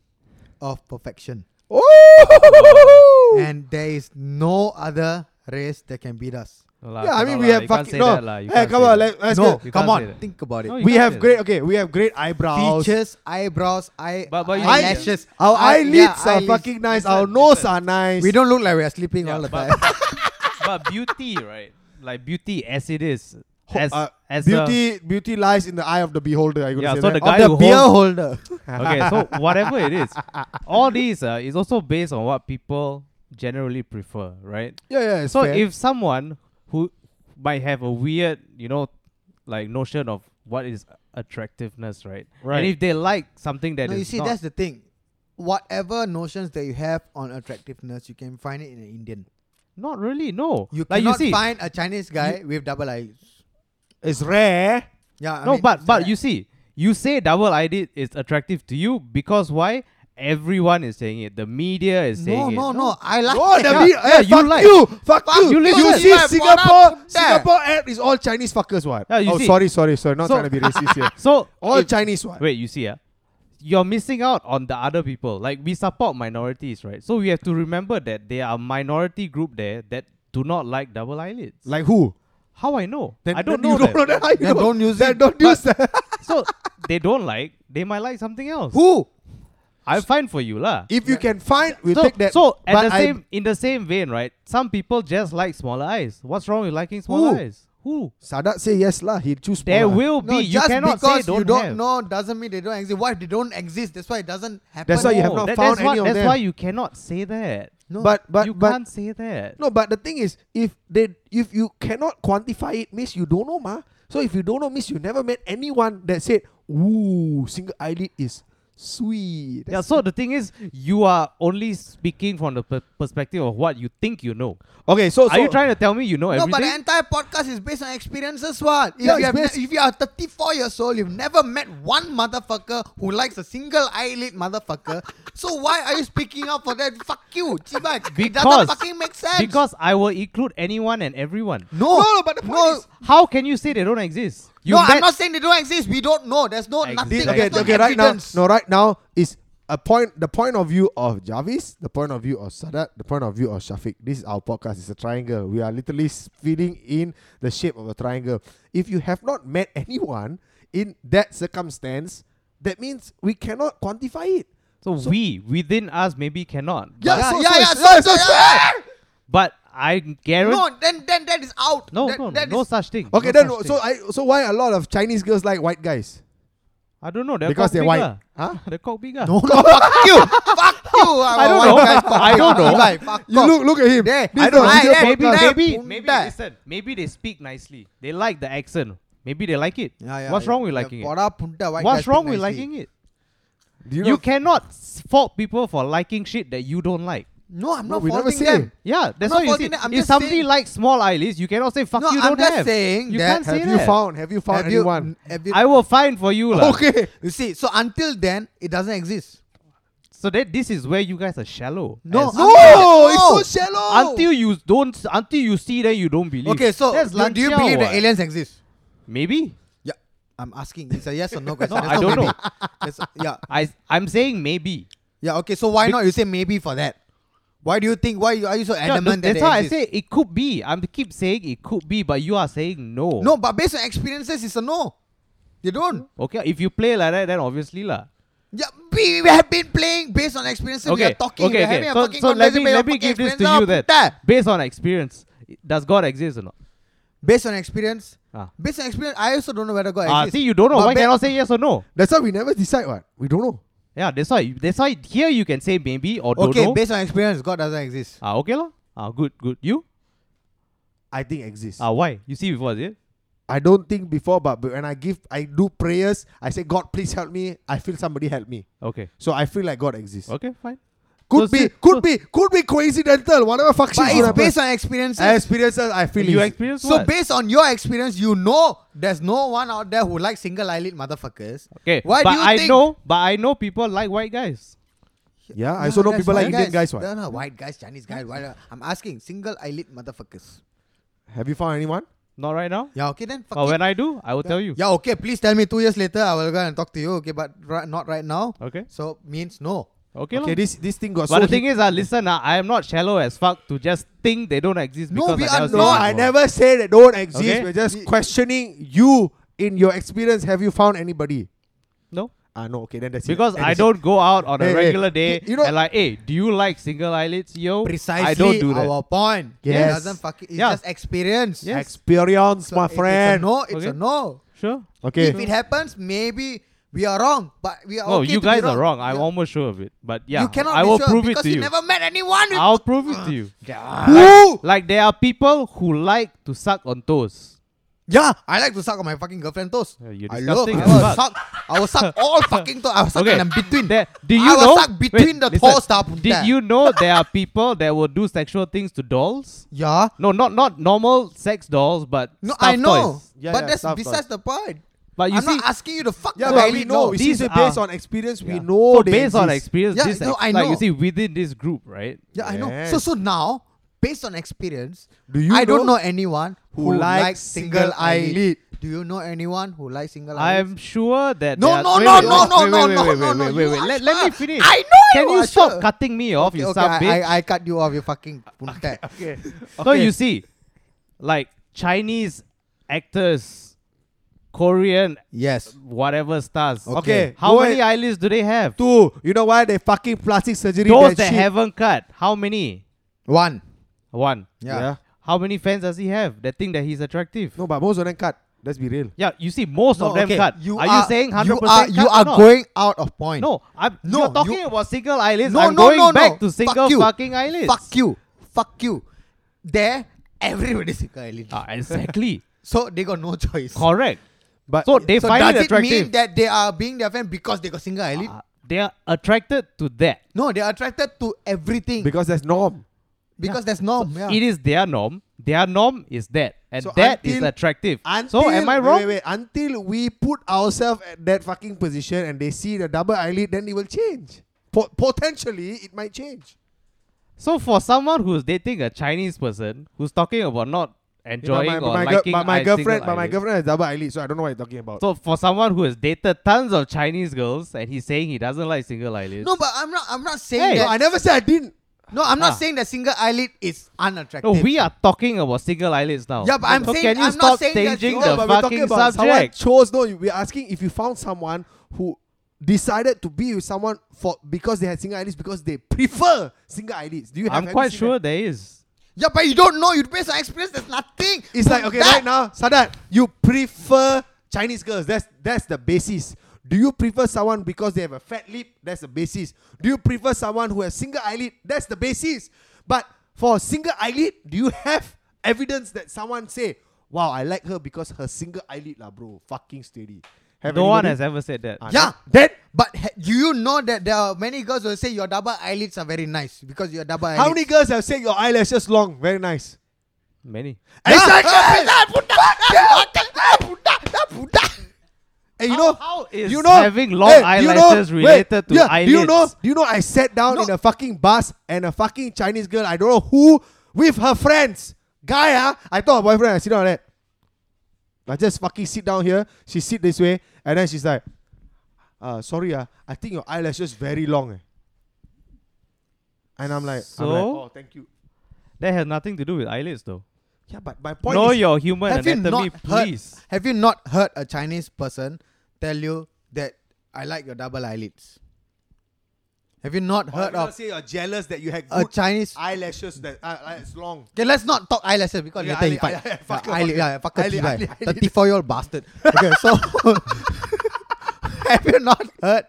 of perfection, Oh! and there is no other race that can beat us. No lah, Yeah, I mean, cannot we lah, have you can't fucking- say no. that lah, you Hey, can't come say on, that. let, let's no, get. You come can't on, say that. think about it. No, you We can't have say great. Okay, we have great eyebrows. Features, eyebrows, eye, But- but you- eyelashes. Our eye- Uh, yeah, eyelids are eyelids. fucking nice. Our Listen, nose listen. are nice. We don't look like we are sleeping Yeah, all the but- time. but beauty, right? Like beauty as it is, Ho- as uh, as a- beauty. beauty lies in the eye of the beholder. Are you gonna Yeah, say so that? [LAUGHS] the guy of the who beer holds- holder. uh, okay, so [LAUGHS] whatever it is, all these uh, is also based on what people generally prefer, right? yeah, yeah. it's so fair. if someone who might have a weird, you know, like notion of what is attractiveness, right? Right. And if they like something [LAUGHS] that is no, you see, not, that's the thing. Whatever notions that you have on attractiveness, you can find it in an Indian. not really, no. You like you cannot see, find a Chinese guy with double eyes. it's rare. Yeah, I no, mean, but but yeah. you see, you say double eyelid is attractive to you because why? Everyone is saying it. The media no, is saying no, it. no. I like. Oh, the that. be- hey, you fuck like- you, fuck Fuck you. You, you, listen. see Yeah, brought Singapore, up there. Singapore ad is all Chinese fuckers. What? Yeah, you oh, see. sorry, sorry, sorry. Not So- trying to be [LAUGHS] racist here. So All if- Chinese one. Wait, you see, ah, you're missing out on the other people. Like we support minorities, right? So we have to remember that there are minority group there that do not like double eyelids. Like who? how I know? Then- I don't then know. You don't know that. that. How you Then know? don't use Then it. Don't use that. so they don't like. They might like something else. Who? I'm fine for you, lah. If you can find, we so, take that. so at But the I- same in the same vein, right? Some people just like smaller eyes. What's wrong with liking smaller Who? Oh eyes? Who? Sadat say yes lah. He choose. There Polar. will be. No, you just cannot because say don't you don't have. know doesn't mean they don't exist. Why if they don't exist? That's why it doesn't happen. That's why you have No, not Oh, that- found that's what- any of That's them. why you cannot say that. No, But but you but can't say that. No, but the thing is, if they if you cannot quantify it, means you don't know, ma. So if you don't know, means you never met anyone that said, "Ooh, single eyelid is sweet." yeah, so the thing is, you are only speaking from the per- perspective of what you think you know. okay, Oh, so, so are you trying to tell me you know no, but the everything? entire podcast is based on experiences. What if Yeah, you it's have ne- based- if you are 34 years old, you've never met one motherfucker who likes a single eyelid motherfucker. [LAUGHS] so why are you speaking out for that? Fuck you, Chiba. it doesn't Because- fucking make sense. because I will include anyone and everyone. no, No, no, but the point no, is- How can you say they don't exist? You no, met- I'm not saying they don't exist. We don't know. There's no nothing. Exist. okay, There's no okay, right now, evidence. no, right now is a point. The point of view of Javis, the point of view of Sadat, the point of view of Shafiq. This is our podcast. It's a triangle. We are literally s- feeding in the shape of a triangle. If you have not met [LAUGHS] anyone in that circumstance, that means we cannot quantify it. so, we within us maybe cannot. Yeah, so- yeah, so yeah, it's- so- it's so- just- yeah. But I guarantee. No, then then that is out. No, That- no, that no is- such thing. Okay, No then such so thing. I so why a lot of Chinese girls like white guys? I don't know. They're because they're white. bigger. Huh? They're cock bigger. No, no, fuck you, fuck you. I don't know. I don't know. Fuck You off. look look at him. There, This I is don't a know. video I- maybe, Punta. podcast. maybe, maybe, Punta. listen. Maybe they speak nicely. They like the accent. Maybe they like it. Yeah, yeah, What's yeah. wrong with Yeah, liking it? Bora Punta, white guys What's speak wrong with nicely. liking it? Do You, know- cannot s- fault people for liking shit that you don't like. No, I'm No, not we never faulting say. them. Yeah, that's not why you faulting see. them, I'm if just somebody saying- likes small eyelids, you cannot say fuck No, you I'm don't just have. saying you that- can't say have you that. found? Have you found Have you- anyone? have you- [LAUGHS] I will find for you lah. okay. You see, so until then, it doesn't exist. So that this is where you guys are shallow. No, As- I'm No, not- no. it's so shallow. until you don't, s- until you see, then you don't believe. Oh. Okay, so that's do, do you Lan Xiao believe what? that aliens exist? Maybe. Yeah, I'm asking. It's a yes [LAUGHS] or no question. No, That's I not don't maybe. [LAUGHS] know. That's- yeah, I I'm saying maybe. yeah. Okay, so why not? You say maybe for that. Why do you think? Why you- are you so Yeah, adamant that that's they why I exist? say it could be. I'm keep saying it could be, but you are saying no. No, but based on experiences, it's a no. They don't. Okay, if you play like that, then obviously lah. Yeah, we, we have been playing based on experiences. we are talking. we Okay, are okay. having a so, fucking so let conversation me based on let me fucking Oh, give this to experience. you Now, then. that. Based on experience, does God exist or not? Based on experience. Ah, Based on experience, I also don't know whether God ah exists. see, you don't know. But Why ba- cannot say yes or no? That's why we never decide what we don't know. Yeah, that's why. That's why here you can say maybe or don't Okay, know. based on experience, God doesn't exist. ah, okay lah. Ah, good, good. You? I think exists. Ah, why? You see before, is it? I don't think before, but but when I give, I do prayers. I say, God, please help me. I feel somebody help me. Okay. So I feel like God exists. Okay, fine. Could So be, see- could so- be, could be coincidental. Whatever fuck shit But could it's happen. based on experiences. I experiences. I feel you is- experience so what? based on your experience, you know there's no one out there who likes single eyelid motherfuckers. okay. Why but do you I think? know, but I know people like white guys. Yeah, I also know that's people like white Indian guys. What? No, no, white guys, Chinese guys. Why, I'm asking single eyelid motherfuckers. Have you found anyone? Not right now. Yeah, okay then. Fuck But it. Oh, when I do, I will tell you. Yeah, okay. Please tell me two years later. I will go and talk to you. Okay, but ri- not right now. Okay. So means no. Okay, Okay, okay this this thing got But so the thing is, uh, listen, uh, I am not shallow as fuck to just think they don't exist. No, we because I are never seen No, it I before. never said it don't exist. Okay. We're just questioning you in your experience. Have you found anybody? No. Ah, no. Okay, then that's it. Because Then I that's don't go out on a Hey, hey, regular day you know- and like, hey, do you like single eyelids, yo? Precisely I don't do that. our point. Yes. It doesn't fucking. It's Yeah. just experience. it. Yes. experience, So my if friend. It's a no. It's a Okay. no. sure. Okay. If it happens, maybe we are wrong. But we are. No, okay to you be guys are wrong. I'm Yeah. almost sure of it. But yeah, You cannot I be will sure prove it because to you you. never met anyone. with- I'll prove it to [LAUGHS] you. Who? Like there are people who like to suck on toes. Yeah, I like to suck on my fucking girlfriend toes. Yeah, you're I love. I disgusting as will fuck. suck. I will suck [LAUGHS] all fucking toes. I will suck Okay. in between. There, do I you will know? suck between the listen. toes, da punta. Did you know there are people that will do sexual things to dolls? Yeah. No, not not normal sex dolls, but No, stuffed I know. toys. Yeah, but yeah, that's stuffed besides the point. But you I'm see, not asking you to fuck Yeah, the but lady, we know. no. This These is based are- on experience. We Yeah. know. so they based on exist. experience, Oh, Yeah, this no, ex- I like you know. see within this group, right? Yeah, I know. Yes. So so now, based on experience, Do you I don't know know anyone who who, likes likes single single eyelid? eyelid. Do you know anyone who likes single eyelid? I'm sure that No, there are- no, wait, no, wait, no, wait, no, wait, no, no, wait, wait, no, wait, no, wait, wait, you wait. are Let, let me sure. finish. I know Can you you are stop sure. cutting me off, Okay, you okay, sub bitch? I, I, I cut you off, you [LAUGHS] fucking punta. So you see, like Chinese actors, Korean Yes. whatever stars. Okay, How go many ahead. eyelids do they have? Two. You know why they fucking plastic surgery? Those that that shit. haven't cut. How many? One. One. Yeah. How many fans does he have that think that he's attractive? No, but most of them cut. Let's be real. Yeah, you see, most No, of them okay, cut. are, you saying hundred You are, percent? you are going out of point. No, I'm. No, you're talking you- about single eyelids. No, I'm no, going no, back no. to single Fuck you. fucking eyelids. Fuck you. Fuck you. There, everybody's single eyelid. Ah, exactly. So they got no [LAUGHS] choice. Correct. But So they so find does it it attractive. mean that they are being their friend because they got single eyelid? Ah, they are attracted to that. No, they are attracted to everything because that's norm. because that's norm. yeah. It is their norm. Their norm is that, and So that is until- attractive. Until, so am I wait, wrong? Wait, wait, Until we put ourselves at that fucking position and they see the double eyelid, then it will change. Po- potentially, it might change. So for someone who's dating a Chinese person who's talking about not You know, enjoying my, or my, girl- liking but my eye- girlfriend, single but my eyelid. girlfriend has double eyelid, so I don't know what you're talking about. So for someone who has dated tons of Chinese girls and he's saying he doesn't like single eyelids. no, but I'm not. I'm not saying Hey, no, that. I never said I didn't. no, I'm not Ah. saying that single eyelid is unattractive. No, Oh, we are talking about single eyelids now. Yeah, but I'm so saying- can you I'm not stop saying that- changing No, the but we're talking fucking about someone subject? chose. No, we're asking if you found someone who decided to be with someone for because they had single eyelids because they prefer single eyelids. Do you? Have, I'm have you quite seen sure that? there is. yeah, but you don't know. You based on experience. There's nothing. It's like okay, That- right now, Sadat, you prefer Chinese girls. That's that's the basis. Do you prefer someone because they have a fat lip? That's the basis. Do you prefer someone who has single eyelid? That's the basis. But for a single eyelid, do you have evidence that someone say, "Wow, I like her because her single eyelid, lah, bro, fucking steady." Have No one anybody? has ever said that. Ah, Yeah, Then But ha- do you know that there are many girls who say your double eyelids are very nice because your double eyelids. how many girls have said your eyelashes long? Very nice. Many. And you know how is you know, having long hey, you know- eyelashes wait, related to yeah, eyelids? Do you know? Do you know? I sat down No. in a fucking bus and a fucking Chinese girl. I don't know who with her friends. Guy, ah, I thought her boyfriend. I sit down like that. I just fucking sit down here. She sit this way, and then she's like, uh, "Sorry, ah, I think your eyelashes very long." eh." And I'm like, I'm like, So? oh, thank you. That has nothing to do with eyelids, though. Yeah, but my point know is, your human Have you anatomy, not please. heard? Have you not heard a Chinese person tell you that I like your double eyelids? Have you not Oh, heard because of say you're jealous that you had a good Chinese? eyelashes that uh, uh, it's long. Okay, let's not talk eyelashes because Yeah, later he eyelid- fight. eyelid- fuck Yeah, her, eyelid- fuck yeah, fuck her, Eyelid- cheebye. eyelid- eyelid. Thirty-four-year-old bastard. Okay, so [LAUGHS] have you not heard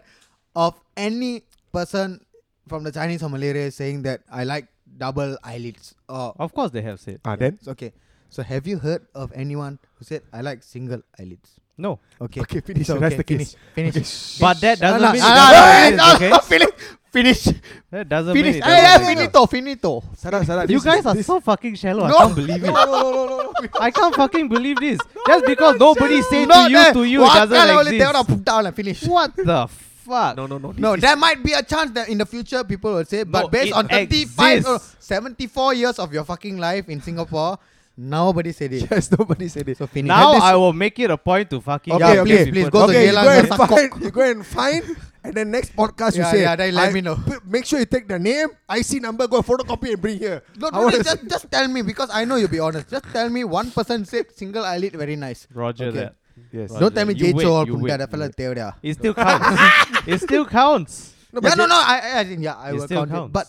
of any person from the Chinese or Malay race saying that I like double eyelids? Or Of course, they have said. Ah, then so, okay, so have you heard of anyone who said I like single eyelids? No. Okay, Okay, finish. So, So that's okay, the finish. case. Finish. But that doesn't No, mean. no, it no, no, doesn't mean it's no, okay? Finish. Finish. That doesn't mean Finish. it Ah, yeah, doesn't mean- Finito. Finito. Sadat, Sadat, You this guys is- are this- so fucking shallow. I No. can't believe No, it. no, no, no, no, no. I can't fucking believe [LAUGHS] this. Just [LAUGHS] because nobody said No, to you, no. to you, it What doesn't colour they wanna exist. put down and Finish. What the fuck? no, no. No, there might be a chance that in the future people will say, but No, based it on 35 or exists. 74 years of your fucking life in Singapore, nobody said [LAUGHS] [LAUGHS] it. Yes, nobody said it. So finish. Now At least- I will make it a point to fucking. Okay, Yeah, okay, please, please go people. to okay, [LAUGHS] you Geylang go and and suck find. You go and find And then next podcast Yeah, you say, yeah, then let I- me know. p- Make sure you take the name, IC number, go photocopy and bring here. No, I really, wanna just, just tell me because I know you'll be honest. Just tell me one person said single eyelid very nice. Roger Okay. that. Yes. Right. Don't tell me You J wait, Cho or you Punta. wait, That fella you tell ya. [LAUGHS] It still [LAUGHS] counts. it still counts. No, Yeah, but no, J- no. I, I think yeah, I It will still count it. counts. But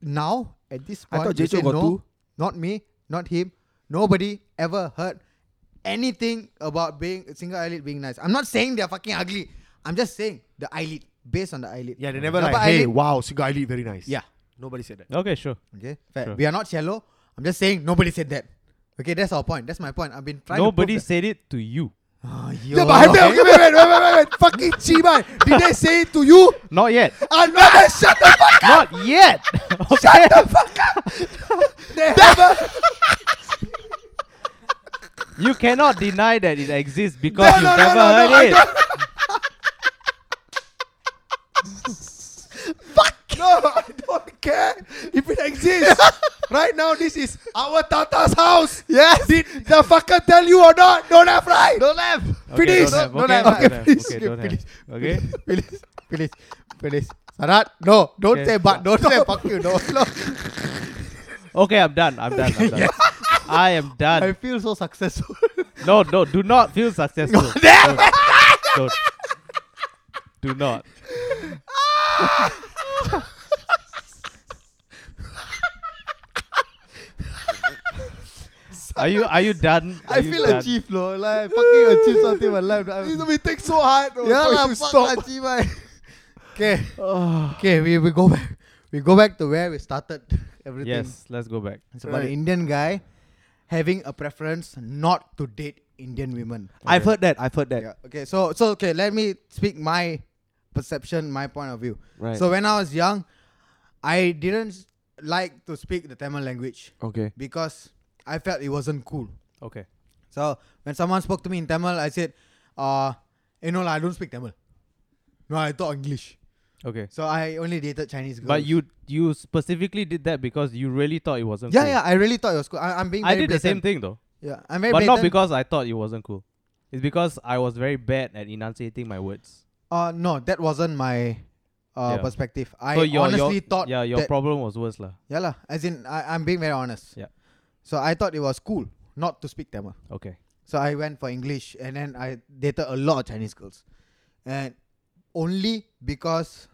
now at this I point, thought you J-Cho say got no, two. Not me, not him. Nobody ever heard anything about being single eyelid being nice. I'm not saying they're fucking ugly. I'm just saying the eyelid based on the eyelid. Yeah, they never Double like, hey, eyelid. wow, single eyelid, very nice. Yeah. Nobody said that. Okay, sure. Okay. Fair. Sure. We are not shallow. I'm just saying nobody said that. Okay, that's our point. That's my point. I've been trying. Nobody To said it to you. prove that. Oh, Yeah, but I tell- okay, wait, wait, wait, wait, wait, wait. Fucking Chibai. Did they say it to you? Not yet. Ah, no, no, shut the fuck [LAUGHS] up. Not yet. [LAUGHS] Shut the fuck up. They never. you cannot deny that it exists because no, you've no, no, never no, I heard it. No, I don't care if it exists. right now, this is our Tata's house. Yes. Did the fucker tell you or not? Don't have right. Don't have. Okay, Finish. don't have. No, Okay, no, no, no, don't have. Okay, please, don't have. please, [LAUGHS] Okay. please, please, please. Sarat, no, don't Okay. say but, don't say fuck you, no, no. Okay, I'm done. I'm done. I'm done. I am [LAUGHS] done. I feel so successful. No, no, do not feel successful. [LAUGHS] Damn [LAUGHS] Don't. Don't. Do not. [LAUGHS] are you are you done? Are I you feel done? achieved, no. Like [LAUGHS] fucking achieved something in my life. no. This I'm- will be take so hard. [LAUGHS] bro, Yeah, for lah, you fuck stop. achieve, I. [SIGHS] Okay, okay, we we go back, we go back to where we started everything. Yes, let's go back. It's about an Right. Indian guy having a preference not to date Indian women. I've heard that. I've heard that. Yeah. Okay. So so okay. Let me speak my perception, my point of view. Right. So when I was young, I didn't s- like to speak the Tamil language Okay. because I felt it wasn't cool. Okay. So when someone spoke to me in Tamil, I said, "Uh, you know, lah, I don't speak Tamil. No, I talk English. Okay. So I only dated Chinese girls. But you you specifically did that because you really thought it wasn't Yeah, cool. yeah. I really thought it was cool. I, I'm being. I very did the same blatant. thing though. Yeah, I'm very. but not blatant. because I thought it wasn't cool. It's because I was very bad at enunciating my words. Uh, no, that wasn't my. Uh, Yeah. perspective. I so your, honestly your, thought Yeah, your that problem was worse lah. Yeah, lah. As in, I, I'm being very honest. Yeah. So I thought it was cool not to speak Tamil. Okay. So I went for English, and then I dated a lot of Chinese girls, and only because,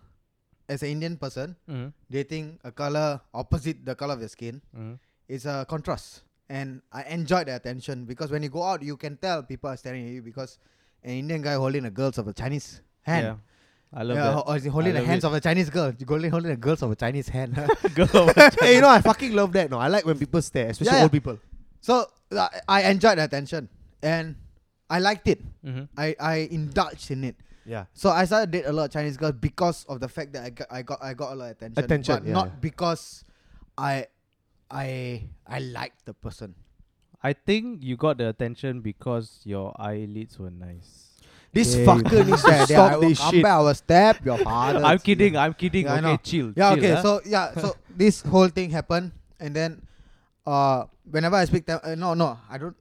as an Indian person, Mm-hmm. dating a color opposite the color of your skin Mm-hmm. is a contrast, and I enjoyed the attention because when you go out, you can tell people are staring at you because an Indian guy holding a girl's of a Chinese hand. Yeah. I love Yeah, or is he holding I the love hands it. of a Chinese girl? Holding, holding the girls of a Chinese hand. [LAUGHS] [LAUGHS] that. [LAUGHS] Girl. hey, you know, I fucking love that. No, I like when people stare, especially Yeah, yeah. old people. So uh, I enjoyed the attention and I liked it. mm-hmm. I, I indulged in it. Yeah. So I started date a lot of Chinese girls because of the fact that I got I got I got a lot of attention. Attention, but yeah, not yeah. because I I I liked the person. I think you got the attention because your eyelids were nice. This Yeah, you fucker needs Yeah, then to I [LAUGHS] stop will this come shit. back, I will stab your father. I'm kidding. I'm kidding. Yeah, I okay, know. chill. Yeah, chill, ah. okay. huh? So yeah, so this whole thing happened, and then, uh, whenever I speak, Tam- uh, no, no, I don't.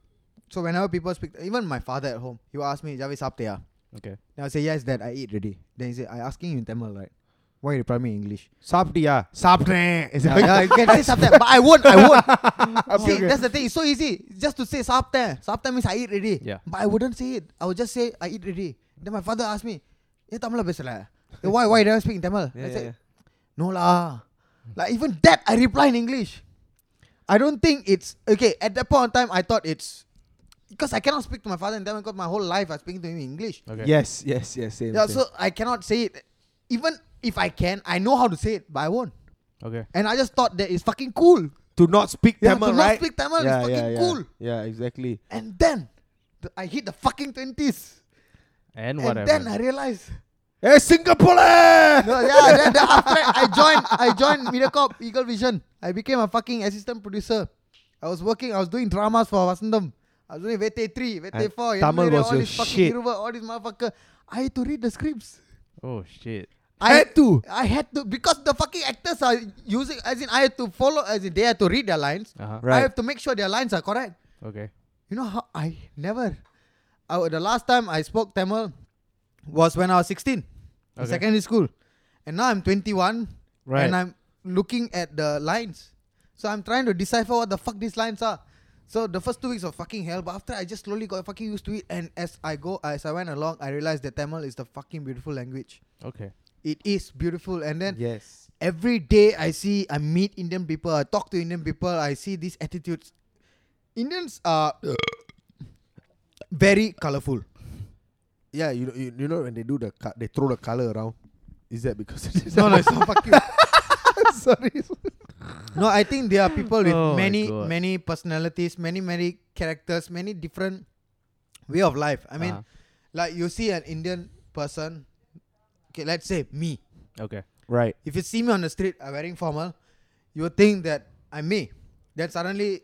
So whenever people speak, even my father at home, he will ask me, "Javi sapteya." Okay. Then I say, "Yes, Dad, I eat ready." Then he say, "I asking you in Tamil, right? Why you reply me in English?" Sapdiya. Sapne. Is yeah, [LAUGHS] yeah, you can say sapte, but I won't. I won't. See, okay. that's the thing. It's so easy. Just to say sapte. Sapte means I eat ready. Yeah. But I wouldn't say it. I would just say I eat ready. Then my father asked me, "You Tamil besala? Why why do I speak in Tamil?" I said, No lah. Like even that I reply in English. I don't think it's okay. At that point in time, I thought it's because I cannot speak to my father in Tamil because my whole life I was speaking to him in English. Okay. Yes, yes, yes. Same, Yeah, same. so I cannot say it. Even if I can, I know how to say it, but I won't. Okay. And I just thought that it's fucking cool. to not speak Yeah, Tamil, to right? not speak Tamil is yeah, yeah, fucking yeah. cool. Yeah, exactly. And then th- I hit the fucking twenties. And And, whatever. then I realized. Hey, Singapore! No, yeah, then, then after I joined, I joined MediaCorp Eagle Vision. I became a fucking assistant producer. I was working, I was doing dramas for Vasantham. I was doing VT three, VT And four, Tamil was all your this fucking shit. Iruva, all this motherfucker. I had to read the scripts. oh shit. I Had to. I had to because the fucking actors are using as in I had to follow as in they had to read their lines. Uh-huh. Right. I have to make sure their lines are correct. Okay. You know how I never I, the last time I spoke Tamil was when I was sixteen. in Okay. secondary school, and now I'm 21 Right. and I'm looking at the lines. So I'm trying to decipher what the fuck these lines are. So the first two weeks of fucking hell, but after I just slowly got fucking used to it, and as I go, as I went along, I realized that Tamil is the fucking beautiful language. okay. It is beautiful, and then yes. every day I see, I meet Indian people, I talk to Indian people, I see these attitudes. Indians are very [LAUGHS] colorful. Yeah, you, you you know when they do the co- they throw the color around. Is that because? No, no, it's not [LAUGHS] [LAUGHS] fuck you. sorry. No, I think there are people with Oh my many, God. many personalities, many, many characters, many different way of life. I mean, Uh-huh. like you see an Indian person, okay, let's say me. Okay. [LAUGHS] Right. If you see me on the street uh, wearing formal, you would think that I'm me. Then suddenly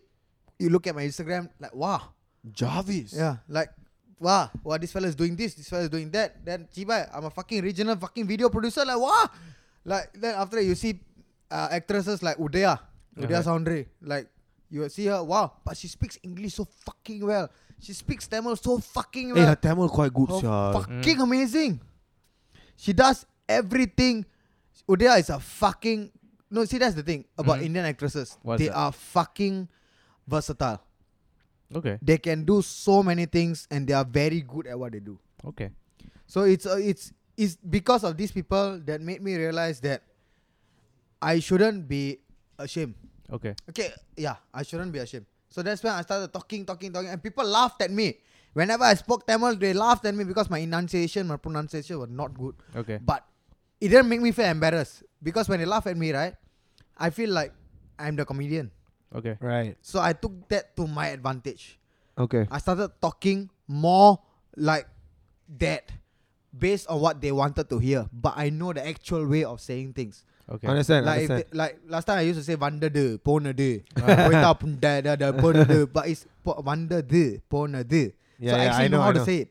you look at my Instagram, like, wow, Jarvis. Yeah, like wow, wow, this fella is doing this, this fella is doing that. Then Chibai, I'm a fucking regional fucking video producer, like wow. Like then after that you see uh, actresses like Udaya, Udaya Okay. Soundry, like you will see her, wow, but she speaks English so fucking well. She speaks Tamil so fucking Hey, her well. Tamil quite good, Her sia. Oh, fucking Mm. amazing. She does everything. Udaya is a fucking no, see that's the thing about Mhm. Indian actresses. What's they that? are fucking versatile Okay. they can do so many things and they are very good at what they do Okay. so it's uh, it's it's because of these people that made me realize that i shouldn't be ashamed Okay. okay yeah i shouldn't be ashamed so that's when i started talking talking talking and people laughed at me whenever i spoke tamil they laughed at me because my enunciation my pronunciation were not good Okay. but it didn't make me feel embarrassed because when they laugh at me right i feel like i'm the comedian Okay. Right. so i took that to my advantage Okay. I started talking more like that based on what they wanted to hear. But I know the actual way of saying things. Okay. Understand. Like, if understand. they- like last time I used to say வந்தது போனது [LAUGHS] போய்தா புண்டை, டா, டா, போனது but it's po- வந்தது போனது Yeah, so I yeah, actually I know, know, how I to know. say it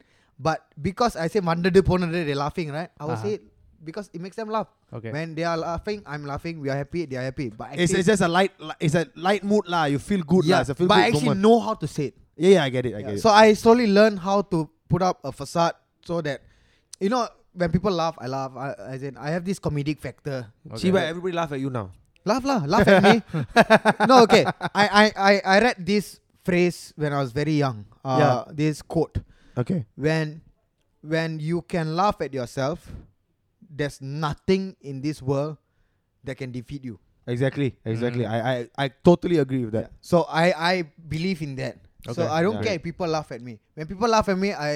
but because I say வந்தது போனது they're laughing right I will Uh-huh. say it because it makes them laugh Okay. when they are laughing I'm laughing we are happy they are happy but actually, It's, it's just a light. It's a light mood lah. You feel good yeah, lah. It's a feel but I good actually moment. know how to say it Yeah, yeah, I get it. I get Yeah, it. So I slowly learned how to put up a facade so that, you know, when people laugh, I laugh. I, as in, I have this comedic factor. Okay. See, but everybody laugh at you now. Laugh, lah, laugh at [LAUGHS] me. no, okay. I, I, I, I read this phrase when I was very young. Uh, This quote Okay. when, when you can laugh at yourself, there's nothing in this world that can defeat you. Exactly. Exactly. Mm. I, I, I totally agree with that. So I, I believe in that. So Okay, I don't yeah. care if people laugh at me. When people laugh at me, I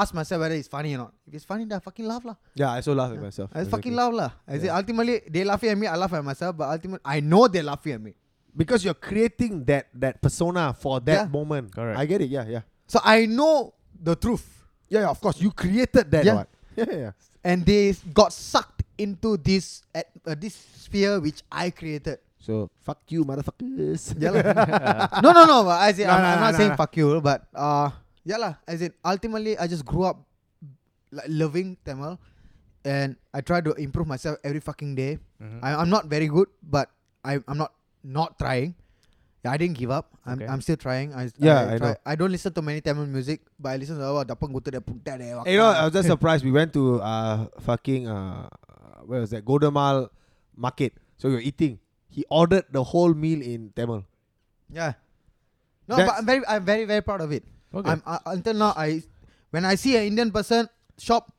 ask myself whether it's funny or not. If it's funny, then I fucking laugh, lah. Yeah, I also laugh at myself. I Exactly. fucking laugh lah. I say Yeah. ultimately they laughing at me, I laugh at myself, but ultimately I know they're laughing at me. because you're creating that that persona for that Yeah. moment. Correct. I get it. Yeah, yeah, So I know the truth. yeah, yeah. Of course, you created that. Yeah. what? [LAUGHS] yeah, yeah. yeah. And they got sucked into this at, uh, this sphere which I created. So fuck you, motherfuckers. [LAUGHS] Yeah lah. no, no, no. but I say No, I'm, no, I'm no, not no, saying no. fuck you, but uh, yeah lah. I said ultimately I just grew up like loving Tamil, and I try to improve myself every fucking day. Mhm. I, I'm not very good, but I, I'm not not trying. Yeah, I didn't give up. I'm, Okay. I'm still trying. I, Yeah, try. I know. I don't listen to many Tamil music, but I listen to oh, Dapang Gutte de Punta de Wakka." Hey, you know, I was just surprised. We went to uh fucking uh where was that Godamal market. So we were eating. He ordered the whole meal in Tamil. yeah. No, but That's- I'm very, I'm very, very proud of it. Okay. I'm uh, until now. I when I see an Indian person shop,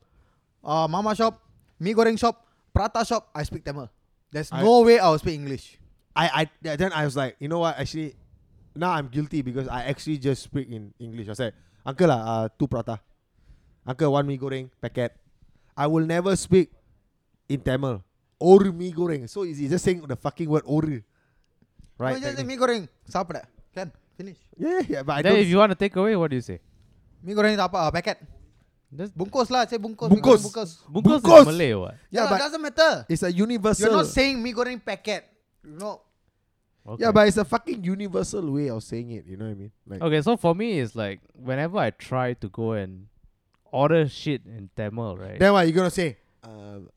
uh, mama shop, mee goreng shop, prata shop, I speak Tamil. There's I- no way I will speak English. I, I then I was like, you know what? Actually, now I'm guilty because I actually just speak in English. I said, Uncle, uh, uh, two prata. Uncle, one mee goreng packet. I will never speak in Tamil. Or mee goreng. So easy. Just saying the fucking word or. Right. No, just say technically. mee goreng, sapda. Can finish. [LAUGHS] yeah, yeah, but I then don't. if you want to take away, what do you say? Mee goreng tak apa, packet. Just Bungkus lah, say bungkus. mee goreng Bungkus. Bungkus. Bungkus Bungkus. is Malay or what? Yeah, Yeah, but but- it doesn't matter. it's a universal. You're not saying mee goreng packet. No. Okay. yeah, but it's a fucking universal way of saying it. You know what I mean? Like, okay. So for me, it's like whenever I try to go and order shit in Tamil, right? Then what you gonna say? Um,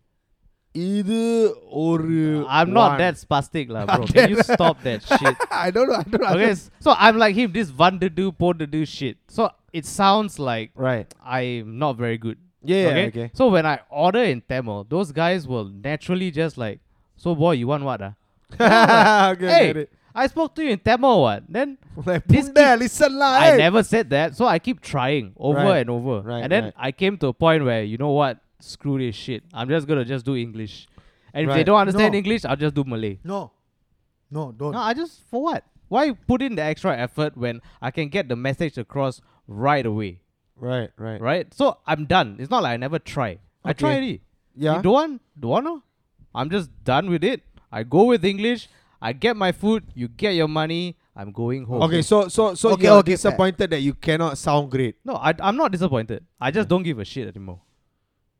either or. Uh, I'm not that spastic, lah, bro. Can you stop that shit? [LAUGHS] I don't know. I don't know. I Okay, don't- s- so I'm like him, this van de do, po de do shit. So it sounds like Right. I'm not very good Yeah, okay? yeah, okay. So when I order in Tamil, those guys will naturally just like, so boy, you want what? Ah? [LAUGHS] [LAUGHS] okay, I get hey, it. I spoke to you in Tamil, what? Then Like, this Punda, listen lah, I eh. never said that, so I keep trying over Right. and over. Right, and then right. I came to a point where you know what? Screw this shit. I'm just gonna just do English. And if they Right. don't understand No. English, I'll just do Malay. No, no, don't. No, I just for what? Why put in the extra effort when I can get the message across right away? Right, right. Right? So I'm done. It's not like I never try. I try Okay. already. Yeah. You don't want? Don't want? No? I'm just done with it. I go with English. I get my food. You get your money. I'm going home. Okay, so so so Okay, you're okay, fair. disappointed that you cannot sound great. No, I, I'm not disappointed. I just don't give a shit anymore.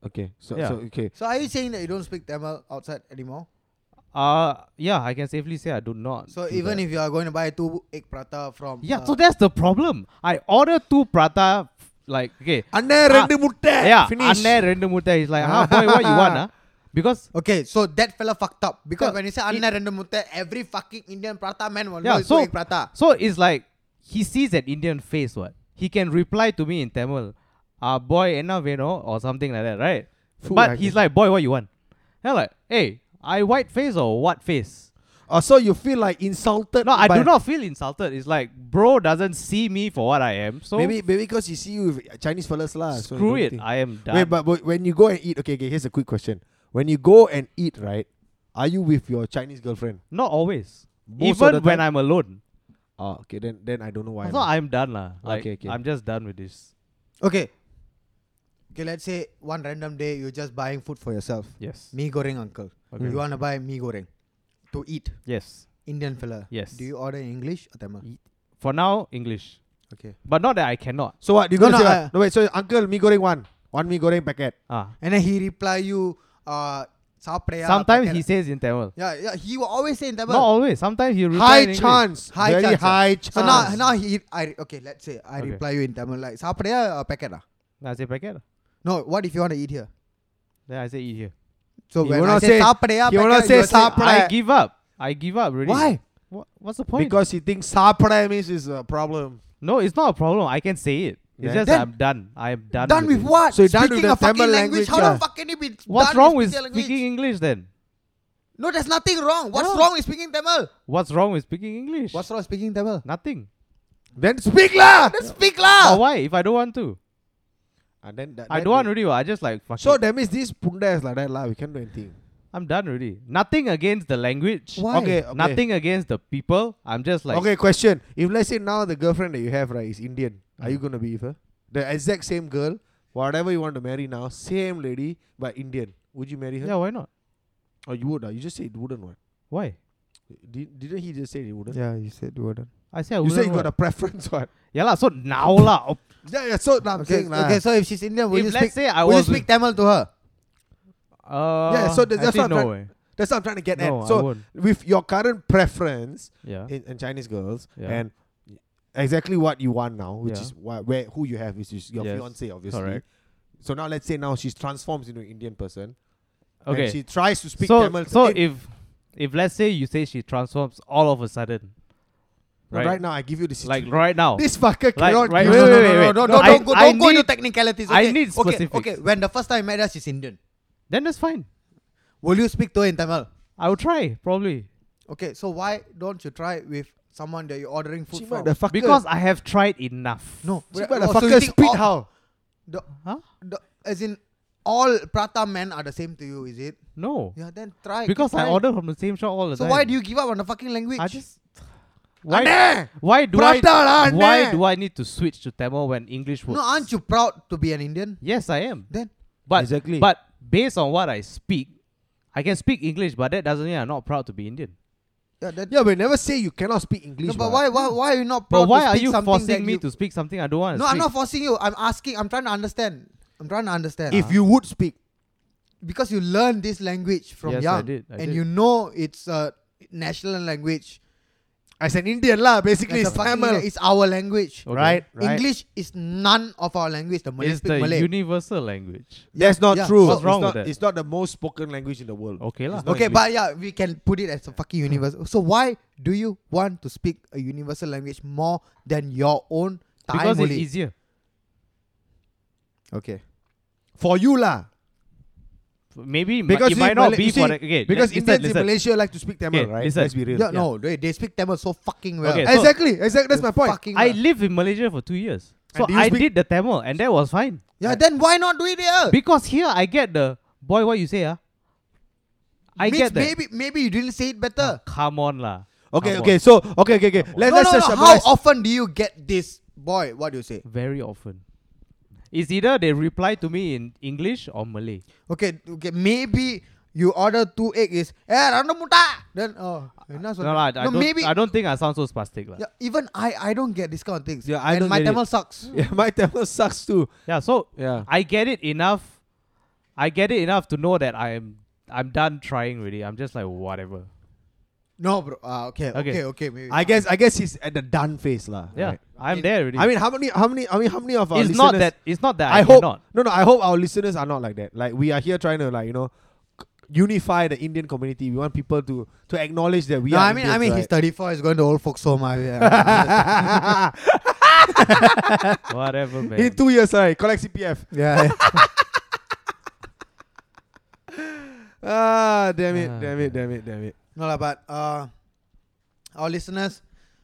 Okay, so Yeah. so okay. So are you saying that you don't speak Tamil outside anymore? Uh yeah, I can safely say I do not. So do even that. if you are going to buy two egg prata from yeah, uh, so that's the problem. I order two prata, f- like okay, அண்ணே ரெண்டு முட்டை. Ah, yeah, Finish. Anne rendu mutai is like, ah boy, what you want, [LAUGHS] ah? Because Okay, so that fella fucked up because Yeah, when you say it- Anna Rendu Mutta, every fucking Indian prata man will Yeah, know it's so- egg prata. so it's like he sees an Indian face, what he can reply to me in Tamil, ah boy, enna veno or something like that, right? Food, I but he's guess. like, boy, what you want? And I'm like, hey, I white face or what face? Oh, so you feel like insulted? No, I by- do not feel insulted. It's like bro doesn't see me for what I am, so Maybe maybe because you see you with Chinese fellas lah. so you screw don't it. think- I am done. Wait, but, but when you go and eat, okay, okay. Here's a quick question: When you go and eat, right, are you with your Chinese girlfriend? Not always. Most of Even the when time? I'm alone. Oh, okay. Then then I don't know why. So lah. I'm done lah. Like, Okay, okay. I'm just done with this. Okay. Okay, let's say one random day you're just buying food for yourself. Yes. Mee goreng uncle. Okay. You wanna buy mee goreng to eat. Yes. Indian fella. Yes. Do you order in English or Tamil? For now, English. Okay. But not that I cannot. So what? You No, gonna no, say? what? I- no wait. So uncle, mee goreng one, one mee goreng packet. Ah. And then he reply you, uh, "Sapreya Sometimes packet." he says in Tamil. Yeah, yeah, he will always say in Tamil. Not always. Sometimes he replies in High English. chance. High Very chance, ah. high chance. so now, now he, I okay. Let's say I Okay. reply you in Tamil like "Sapreya uh, packet." ah?" Then I say packet. lah. No, what if you want to eat here? Then I say eat here. So You when I wanna say say- "Sapreya you wanna packet," say will "Sapre-" I Right. give up. I give up really. why? What, what's the point? Because he thinks sapra means is a problem. no, it's not a problem. I can say it. It's Then- just Then- I'm done. I am done. Done with with it. what? So you're done Speaking with the a fucking Tamil language. language, How the yeah. fuck can you be What's done wrong with speaking language? speaking English then? No, there's nothing wrong. What's No. wrong with speaking Tamil? What's wrong with speaking English? What's wrong with speaking Tamil? Oh, Nothing. Then speak lah. Then speak But lah. why? If I don't want to, And then that, I that don't want will- already. what, I just like fuck So it. that means this punda is like that lah. We can't do anything. I'm done already. Nothing against the language. Why? Okay, okay. Nothing against the people. I'm just like okay, question. If let's say now the girlfriend that you have right is Indian, are you Mm. gonna be with her? The exact same girl, whatever you want to marry now, same lady but Indian. Would you marry her? yeah, why not? Or you would? Uh, you just said it wouldn't. What? Why? Did, didn't he just say it wouldn't? Yeah, you said you wouldn't. I say I You said wouldn't you want. got a preference. [LAUGHS] What? yeah lah. So now lah. Ob- Yeah, yeah. So now I'm Okay, saying lah. okay, so if she's Indian, will if you let's speak? say I will you was speak Tamil to her? with- uh, Yeah, so that's- that's actually what I'm no way. That's what I'm trying to get No, at. I So eh, won't. with your current preference Yeah. in, in Chinese girls Yeah. and exactly what you want now, which Yeah. is why, where who you have, which is your Yes, fiance, obviously. correct. So now let's say now she's transforms into an Indian person. Okay. And she tries to speak so Tamil. so Eh, if if let's say you say she transforms all of a sudden, no, right? right. now I give you the like situation. right now. This fucker cannot right- give wait, you- wait, no, no, wait, no, wait. no, No, no, no, no, I- don't go, I don't go into need- technicalities. I Okay? need okay, specifics. okay. When the first time I met her, she's Indian. then that's fine. Will you speak to her in Tamil? I will try probably Okay, so why don't you try with someone that you're ordering food She might from? the fucker. because I have tried enough. no, she wait, might the oh, so you fucker think spit all- how? The, Huh? the, as in, all prata men are the same to you, is it? No. Yeah, then try. Because I try. order from the same shop all the So time. why do you give up on the fucking language? I just [SIGHS] why Aneh! why do Prata lah, I Aneh! why do I need to switch to Tamil when English works? no, aren't you proud to be an Indian? Yes, I am. Then But Exactly. but based on what I speak, I can speak English, but that doesn't mean I'm not proud to be Indian. yeah, that, Yeah, but never say you cannot speak English. no, but what. why why why are you not proud? But why to are speak you something that forcing me you- to speak something I don't want No, I'm not forcing you. I'm asking. I'm trying to understand. I'm trying to understand. If you would speak, because you learn this language from Yes, I young, did, I and did. you know it's a national language. as an Indian lah, basically It's, a it's fucking- Tamil. it's our language. Okay. Right, right. English is none of our language. The Malay It's speak the Malay. universal language. That's not Yeah. true. What's it's wrong not, with that? It's not the most spoken language in the world. Okay lah. It's not okay, English. but yeah, we can put it as a fucking universal. So why do you want to speak a universal language more than your own Thai Because it's Malay? easier. okay. For you lah. Maybe it mi- Because it might not Malay- be you see, for the, okay. Because let- listen, Indians in listen. Malaysia like to speak Tamil, Okay, right? listen. Let's be real. Yeah, no, they, they speak Tamil so fucking well. Okay, so- Exactly, exactly. That's my point. Fucking I well. lived in Malaysia for two years, so And do you I speak- did the Tamil, and that was fine. yeah, then why not do it here? [LAUGHS] Because here I get the boy, what you say, ah? I Means get that. Maybe maybe you didn't say it better. Come on, lah. Okay, Come okay. So okay, okay, okay. Let, no, Ah. let's no, just no. How summarize. often do you get this? Boy, what do you say? on. Very often, it's either they reply to me in English or Malay. Okay, okay, maybe you order two egg is eh random muta. Then oh, no, No, lah, I, I no don't. maybe I don't think I sound so spastic, lah. yeah, even I I don't get this kind of things. Yeah, I and don't my get it. Tamil sucks. [LAUGHS] Yeah, my Tamil sucks too. Yeah, so Yeah. I get it enough. I get it enough to know that I'm I'm done trying. Really, I'm just like whatever. No, bro. Ah, okay, Okay. okay, okay, maybe. I guess I guess he's at the done phase lah. Yeah, right? I'm It- there. Really, I mean, how many? How many? I mean, how many of our it's listeners? not that. It's not that I, I, hope cannot. no, no. I hope our listeners are not like that. Like we are here trying to like you know c- unify the Indian community. We want people to to acknowledge that we no, are. I mean, I mean, he's Indians, 34. right? He's going to old folks home. I, yeah, [LAUGHS] Whatever, man. [LAUGHS] in two years, right? Collect CPF. yeah. Ah, damn it, Ah. damn it, damn it, damn it. No, lah, but uh, our listeners,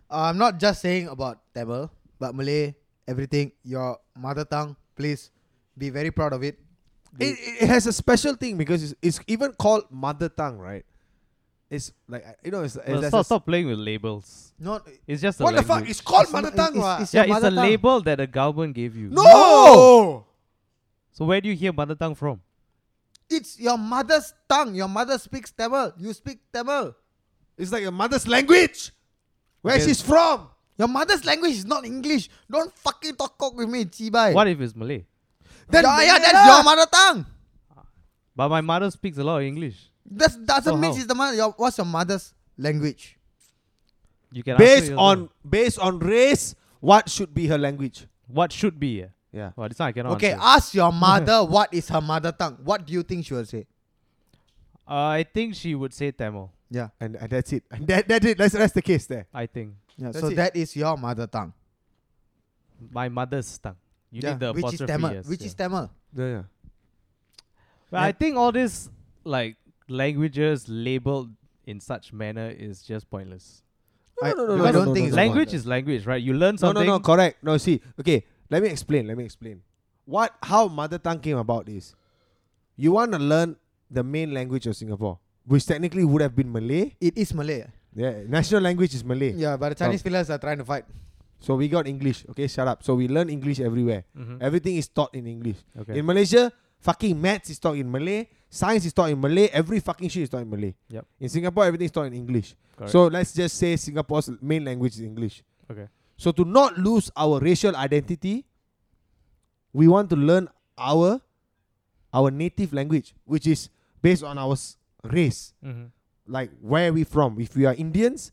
uh, I'm not just saying about Tamil, but Malay, everything, your mother tongue, please be very proud of it. It, it- it has a special thing because it's, it's even called mother tongue, right? It's like uh, you know, it's, Well, it's stop, stop playing with labels. Not It's just what a the fuck? language. It's called It's mother not- tongue, it's- right? it's- yeah, your it's a mother tongue. label that the government gave you. no! So where do you hear mother tongue from? it's your mother's tongue. Your mother speaks Tamil. You speak Tamil. It's like a mother's language. Where Okay. she's from? Your mother's language is not English. Don't fucking talk cock with me, chibai. What if it's Malay? Then yeah, yeah, that's your mother tongue. But my mother speaks a lot of English. That doesn't So mean how? it's the mother. Your, what's your mother's language? You can ask her based yourself. on based on race. What should be her language? what should be. eh? Yeah. Well, this one I cannot. Okay, answer. ask [LAUGHS] your mother what is her mother tongue. What do you think she will say? Uh, I think she would say Tamil. Yeah. And, and that's it. And that that's it. That's that's the case there. I think Yeah, That's so it. that is your mother tongue. my mother's tongue. You yeah, need the which is apostrophe. Tamil. yes, which yeah. is Tamil. Yeah, yeah. Well, I think all this like languages labeled in such manner is just pointless. I- No, no, no, because no, I no, don't no, think no, it's no. language is language, right? You learn No, no, something. no. Correct. No, see. Okay, let me explain. Let me explain. What? How mother tongue came about is, you want to learn the main language of Singapore, which technically would have been Malay. It is Malay. Yeah, national language is Malay. Yeah, but the Chinese fillers are trying to fight. So we got English. Okay, shut up. So we learn English everywhere. Mhm. Everything is taught in English. Okay. In Malaysia, fucking maths is taught in Malay, science is taught in Malay, every fucking shit is taught in Malay. Yep. In Singapore, everything is taught in English. Correct. So let's just say Singapore's main language is English. okay. So to not lose our racial identity, we want to learn our our native language, which is based on our s- race, Mhm. like where we from. If we are Indians,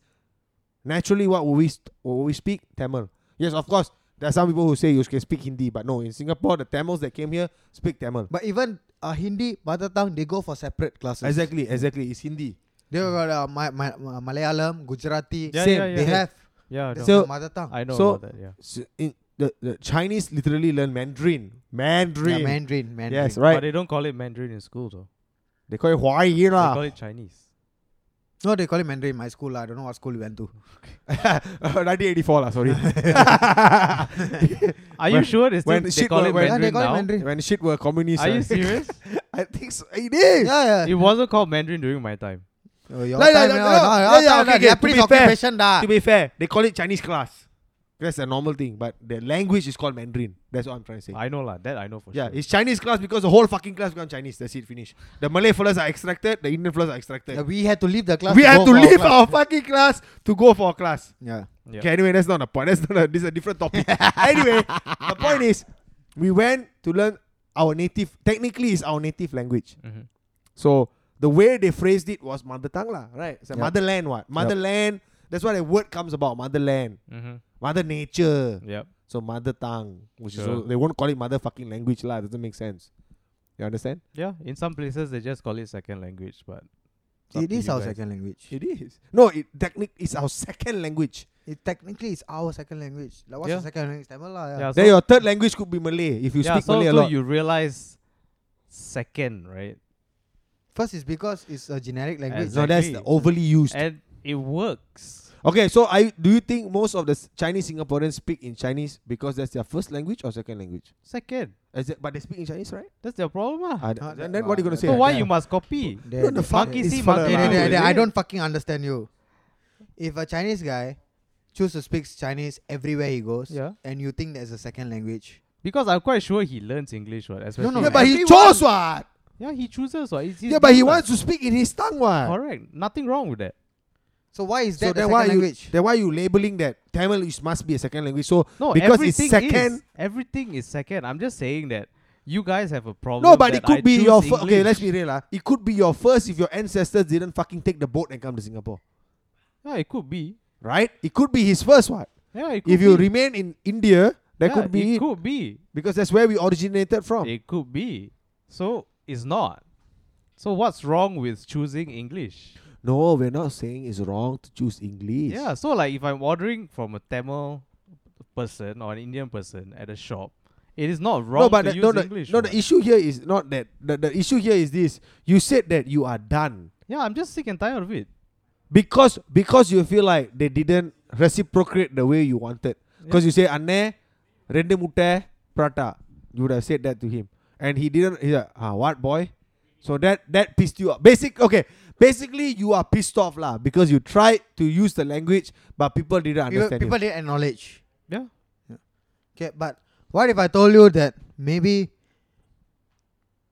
naturally, what will we st- will we speak Tamil? Yes, of course. There are some people who say you can speak Hindi, but no. In Singapore, the Tamils that came here speak Tamil. But even uh, Hindi, mother tongue, they go for separate classes. Exactly, exactly. It's Hindi. They got uh, my, my, my Malayalam, Gujarati. Yeah, Same, yeah, yeah. They have. Yeah, I know. That's So- their mother tongue. I know so- about that. Yeah. S- in- the, the Chinese literally learn Mandarin. Mandarin. Yeah, Mandarin, Mandarin. Yes, But right. they don't call it Mandarin in school, though. They call it Hawaii Ah. They lah. call it Chinese. No, they call it Mandarin in my school. lah. I don't know what school you went to. [LAUGHS] 1984 lah, sorry. Are When- you sure they, still, when they shit call were- it when- yeah, they Mandarin call now? it Mandarin. when shit were communist. Are you right? serious? [LAUGHS] I think so. It is. Yeah, it yeah. wasn't called Mandarin during my time. Oh, your Like, time, like, no, no, like, no, your yeah, yeah, time, okay, like, okay, to Japanese be fair, occupation dah. To be fair, they call it Chinese class. That's a normal thing, but the language is called Mandarin. That's what I'm trying to say. I know lah. That I know for yeah, sure. it's Chinese class because the whole fucking class become Chinese. That's it, finish. The Malay fellas are extracted, the Indian fellas are extracted. Yeah, we had to leave the class. we to had go to for our leave class. our fucking class to go for a class. Yeah. Yeah. Okay, anyway, that's not a point. That's not a, this is a different [LAUGHS] topic. anyway, the point is, we went to learn our native. Technically, it's our native language. Mhm. So the way they phrased it was mother tongue, lah, right? It's a Yep. motherland, what motherland. That's why the word comes about motherland, Mhm. mother nature. Yep. So mother tongue, which is Sure. al- they won't call it mother fucking language, lah. It doesn't make sense. You understand? Yeah. In some places they just call it second language, but it's up It to is you our guys. second language. It is. No, it technically it's our second language. It technically is our second language. Like what's Yeah. the second language? Tamil lah. Yeah. Yeah. then so- your third language could be Malay if you yeah, speak so, Malay a so lot. you realize second, right? First is because it's a generic language. No, that's Exactly. overly used. And it works. Okay, so I do you think most of the s- Chinese Singaporeans speak in Chinese because that's their first language or second language? Second. Is it, but they speak in Chinese, right? That's their problem. Ah. I d- Ah, then, that- what are you wow, gonna say? so yeah, why yeah. you must copy? There- No, the there- fuck Monkey is see, for monkey there- the- do. there- there- I Is it? don't fucking understand you. If a Chinese guy choose to speak Chinese everywhere he goes, Yeah. and you think that's a second language, Because I'm quite sure he learns English, what? Especially no, Yeah, but he Everyone- chose what? yeah, he chooses what. It's his Yeah, but he business. wants to speak in his tongue what? Correct. Nothing wrong with that. so why is So that a then second why you language? then why you labeling that Tamil is must be a second language? So No, because it's everything second. Is, everything is second. I'm just saying that you guys have a problem. No, but that it could I be choose your fir- okay. English. Let's be real, ah. It could be your first if your ancestors didn't fucking take the boat and come to Singapore, Yeah, it could be. right? It could be his first one. Yeah, it could If you be. remain in India, that Yeah, could be It it Oh. could be. because that's where we originated from. It could be. So it's not. So what's wrong with choosing English? No, we're not saying it's wrong to choose English. Yeah. So like, if I'm ordering from a Tamil person or an Indian person at a shop, it is not wrong no, but to the, use no, the, English. no. The what? issue here is not that. The, the issue here is this: you said that you are done yeah, I'm just sick and tired of it. because because you feel like they didn't reciprocate the way you wanted. Because you say "Anne, rende mutte prata," you would have said that to him, and he didn't. He's like, "Ah, what boy?" So that that pissed you off. Basic, okay. Basically, you are pissed off lah because you tried to use the language, but people didn't People, understand. you. people didn't acknowledge. Yeah. Okay, but what if I told you that maybe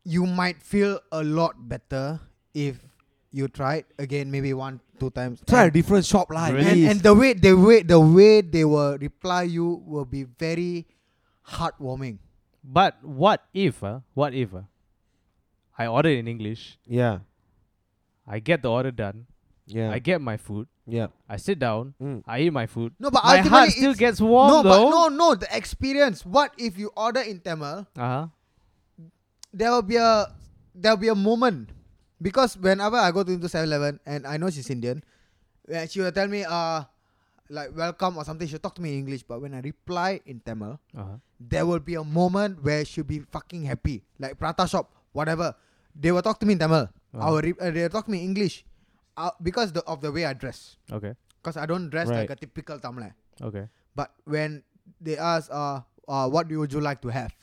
you might feel a lot better if you tried again, maybe one, two times. Try a and, different shop lah. at Really? and, least. and the way the way the way they will reply you will be very heartwarming. But what if? Uh, what if? Uh, I order in English. yeah, I get the order done. yeah, I get my food. yeah. I sit down. Mm. I eat my food. No, but my ultimately heart still it's- gets warm no, though. but no, no, the experience. What if you order in Tamil? Uh-huh. There will be a there will be a moment because whenever I go to into 7-Eleven and I know she's Indian, and she will tell me uh like welcome or something. She'll talk to me in English, but when I reply in Tamil, Uh-huh. there will be a moment where she'll be fucking happy. Like Prata Shop, whatever. They will talk to me in Tamil. I will re- uh, they will talk to me in English uh, because the, of the way I dress. Okay. Because I don't dress Right. like a typical Tamil. Okay. But when they ask, uh, uh, what do- would you like to have?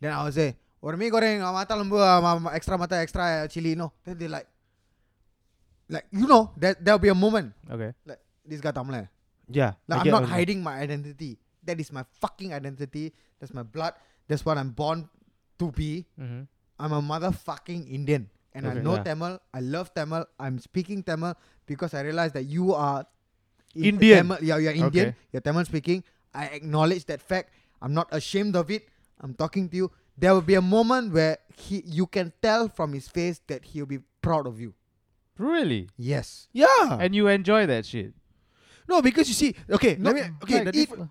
Then I will say, or me goreng, uh, mata lembu, uh, ma- ma- extra mata, extra uh, chili, you know. Then they like, like, you know, that there'll be a moment. Okay. Like, this guy Tamil. eh. Yeah. I Like, I'm get not what you- hiding my identity. That is my fucking identity. That's my blood. That's what I'm born to be. Mm-hmm. I'm a motherfucking Indian. And I Okay. know Yeah. Tamil. I love Tamil. I'm speaking Tamil because I realize that you are in- Indian. Tamil, yeah, you're Indian. Okay. You're Tamil speaking. I acknowledge that fact. I'm not ashamed of it. I'm talking to you. There will be a moment where he, you can tell from his face that he'll be proud of you. Really? Yes. Yeah. And you enjoy that shit. no, because you see, okay, No, let me, okay, like the it- diff-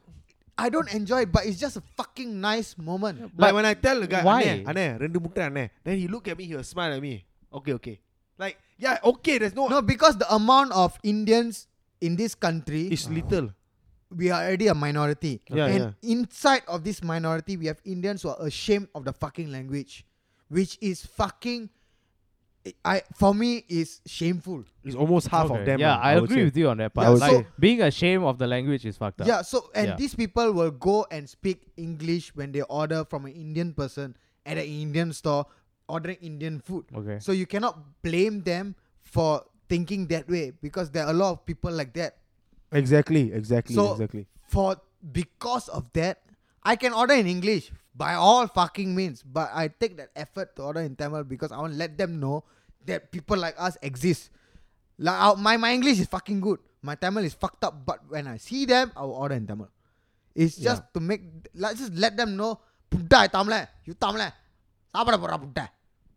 I don't enjoy it, but it's just a fucking nice moment. like when I tell the guy, Why? Aneh, Aneh, rendu muta Aneh, then he look at me, he will smile at me. Okay, okay. Like, yeah, okay, there's no, No, because the amount of Indians in this country it's little. we are already a minority. Yeah, and inside of this minority, we have Indians who are ashamed of the fucking language, which is fucking. I for me is shameful. It's almost half Okay. of them. Yeah, ah, I, would agree say. with you on that Yeah, I part. would like say- being ashamed of the language is fucked up. Yeah. So and Yeah. these people will go and speak English when they order from an Indian person at an Indian store ordering Indian food. Okay. So you cannot blame them for thinking that way because there are a lot of people like that. Exactly, exactly, So- exactly. for because of that, I can order in English by all fucking means, but I take that effort to order in Tamil because I want to let them know that people like us exist. Like I- my my English is fucking good, my Tamil is fucked up, but when I see them, I will order in Tamil. It's just to make like just let them know, புட்டா தமிழ you தமிழ சாப்பிட போறா புட்டா.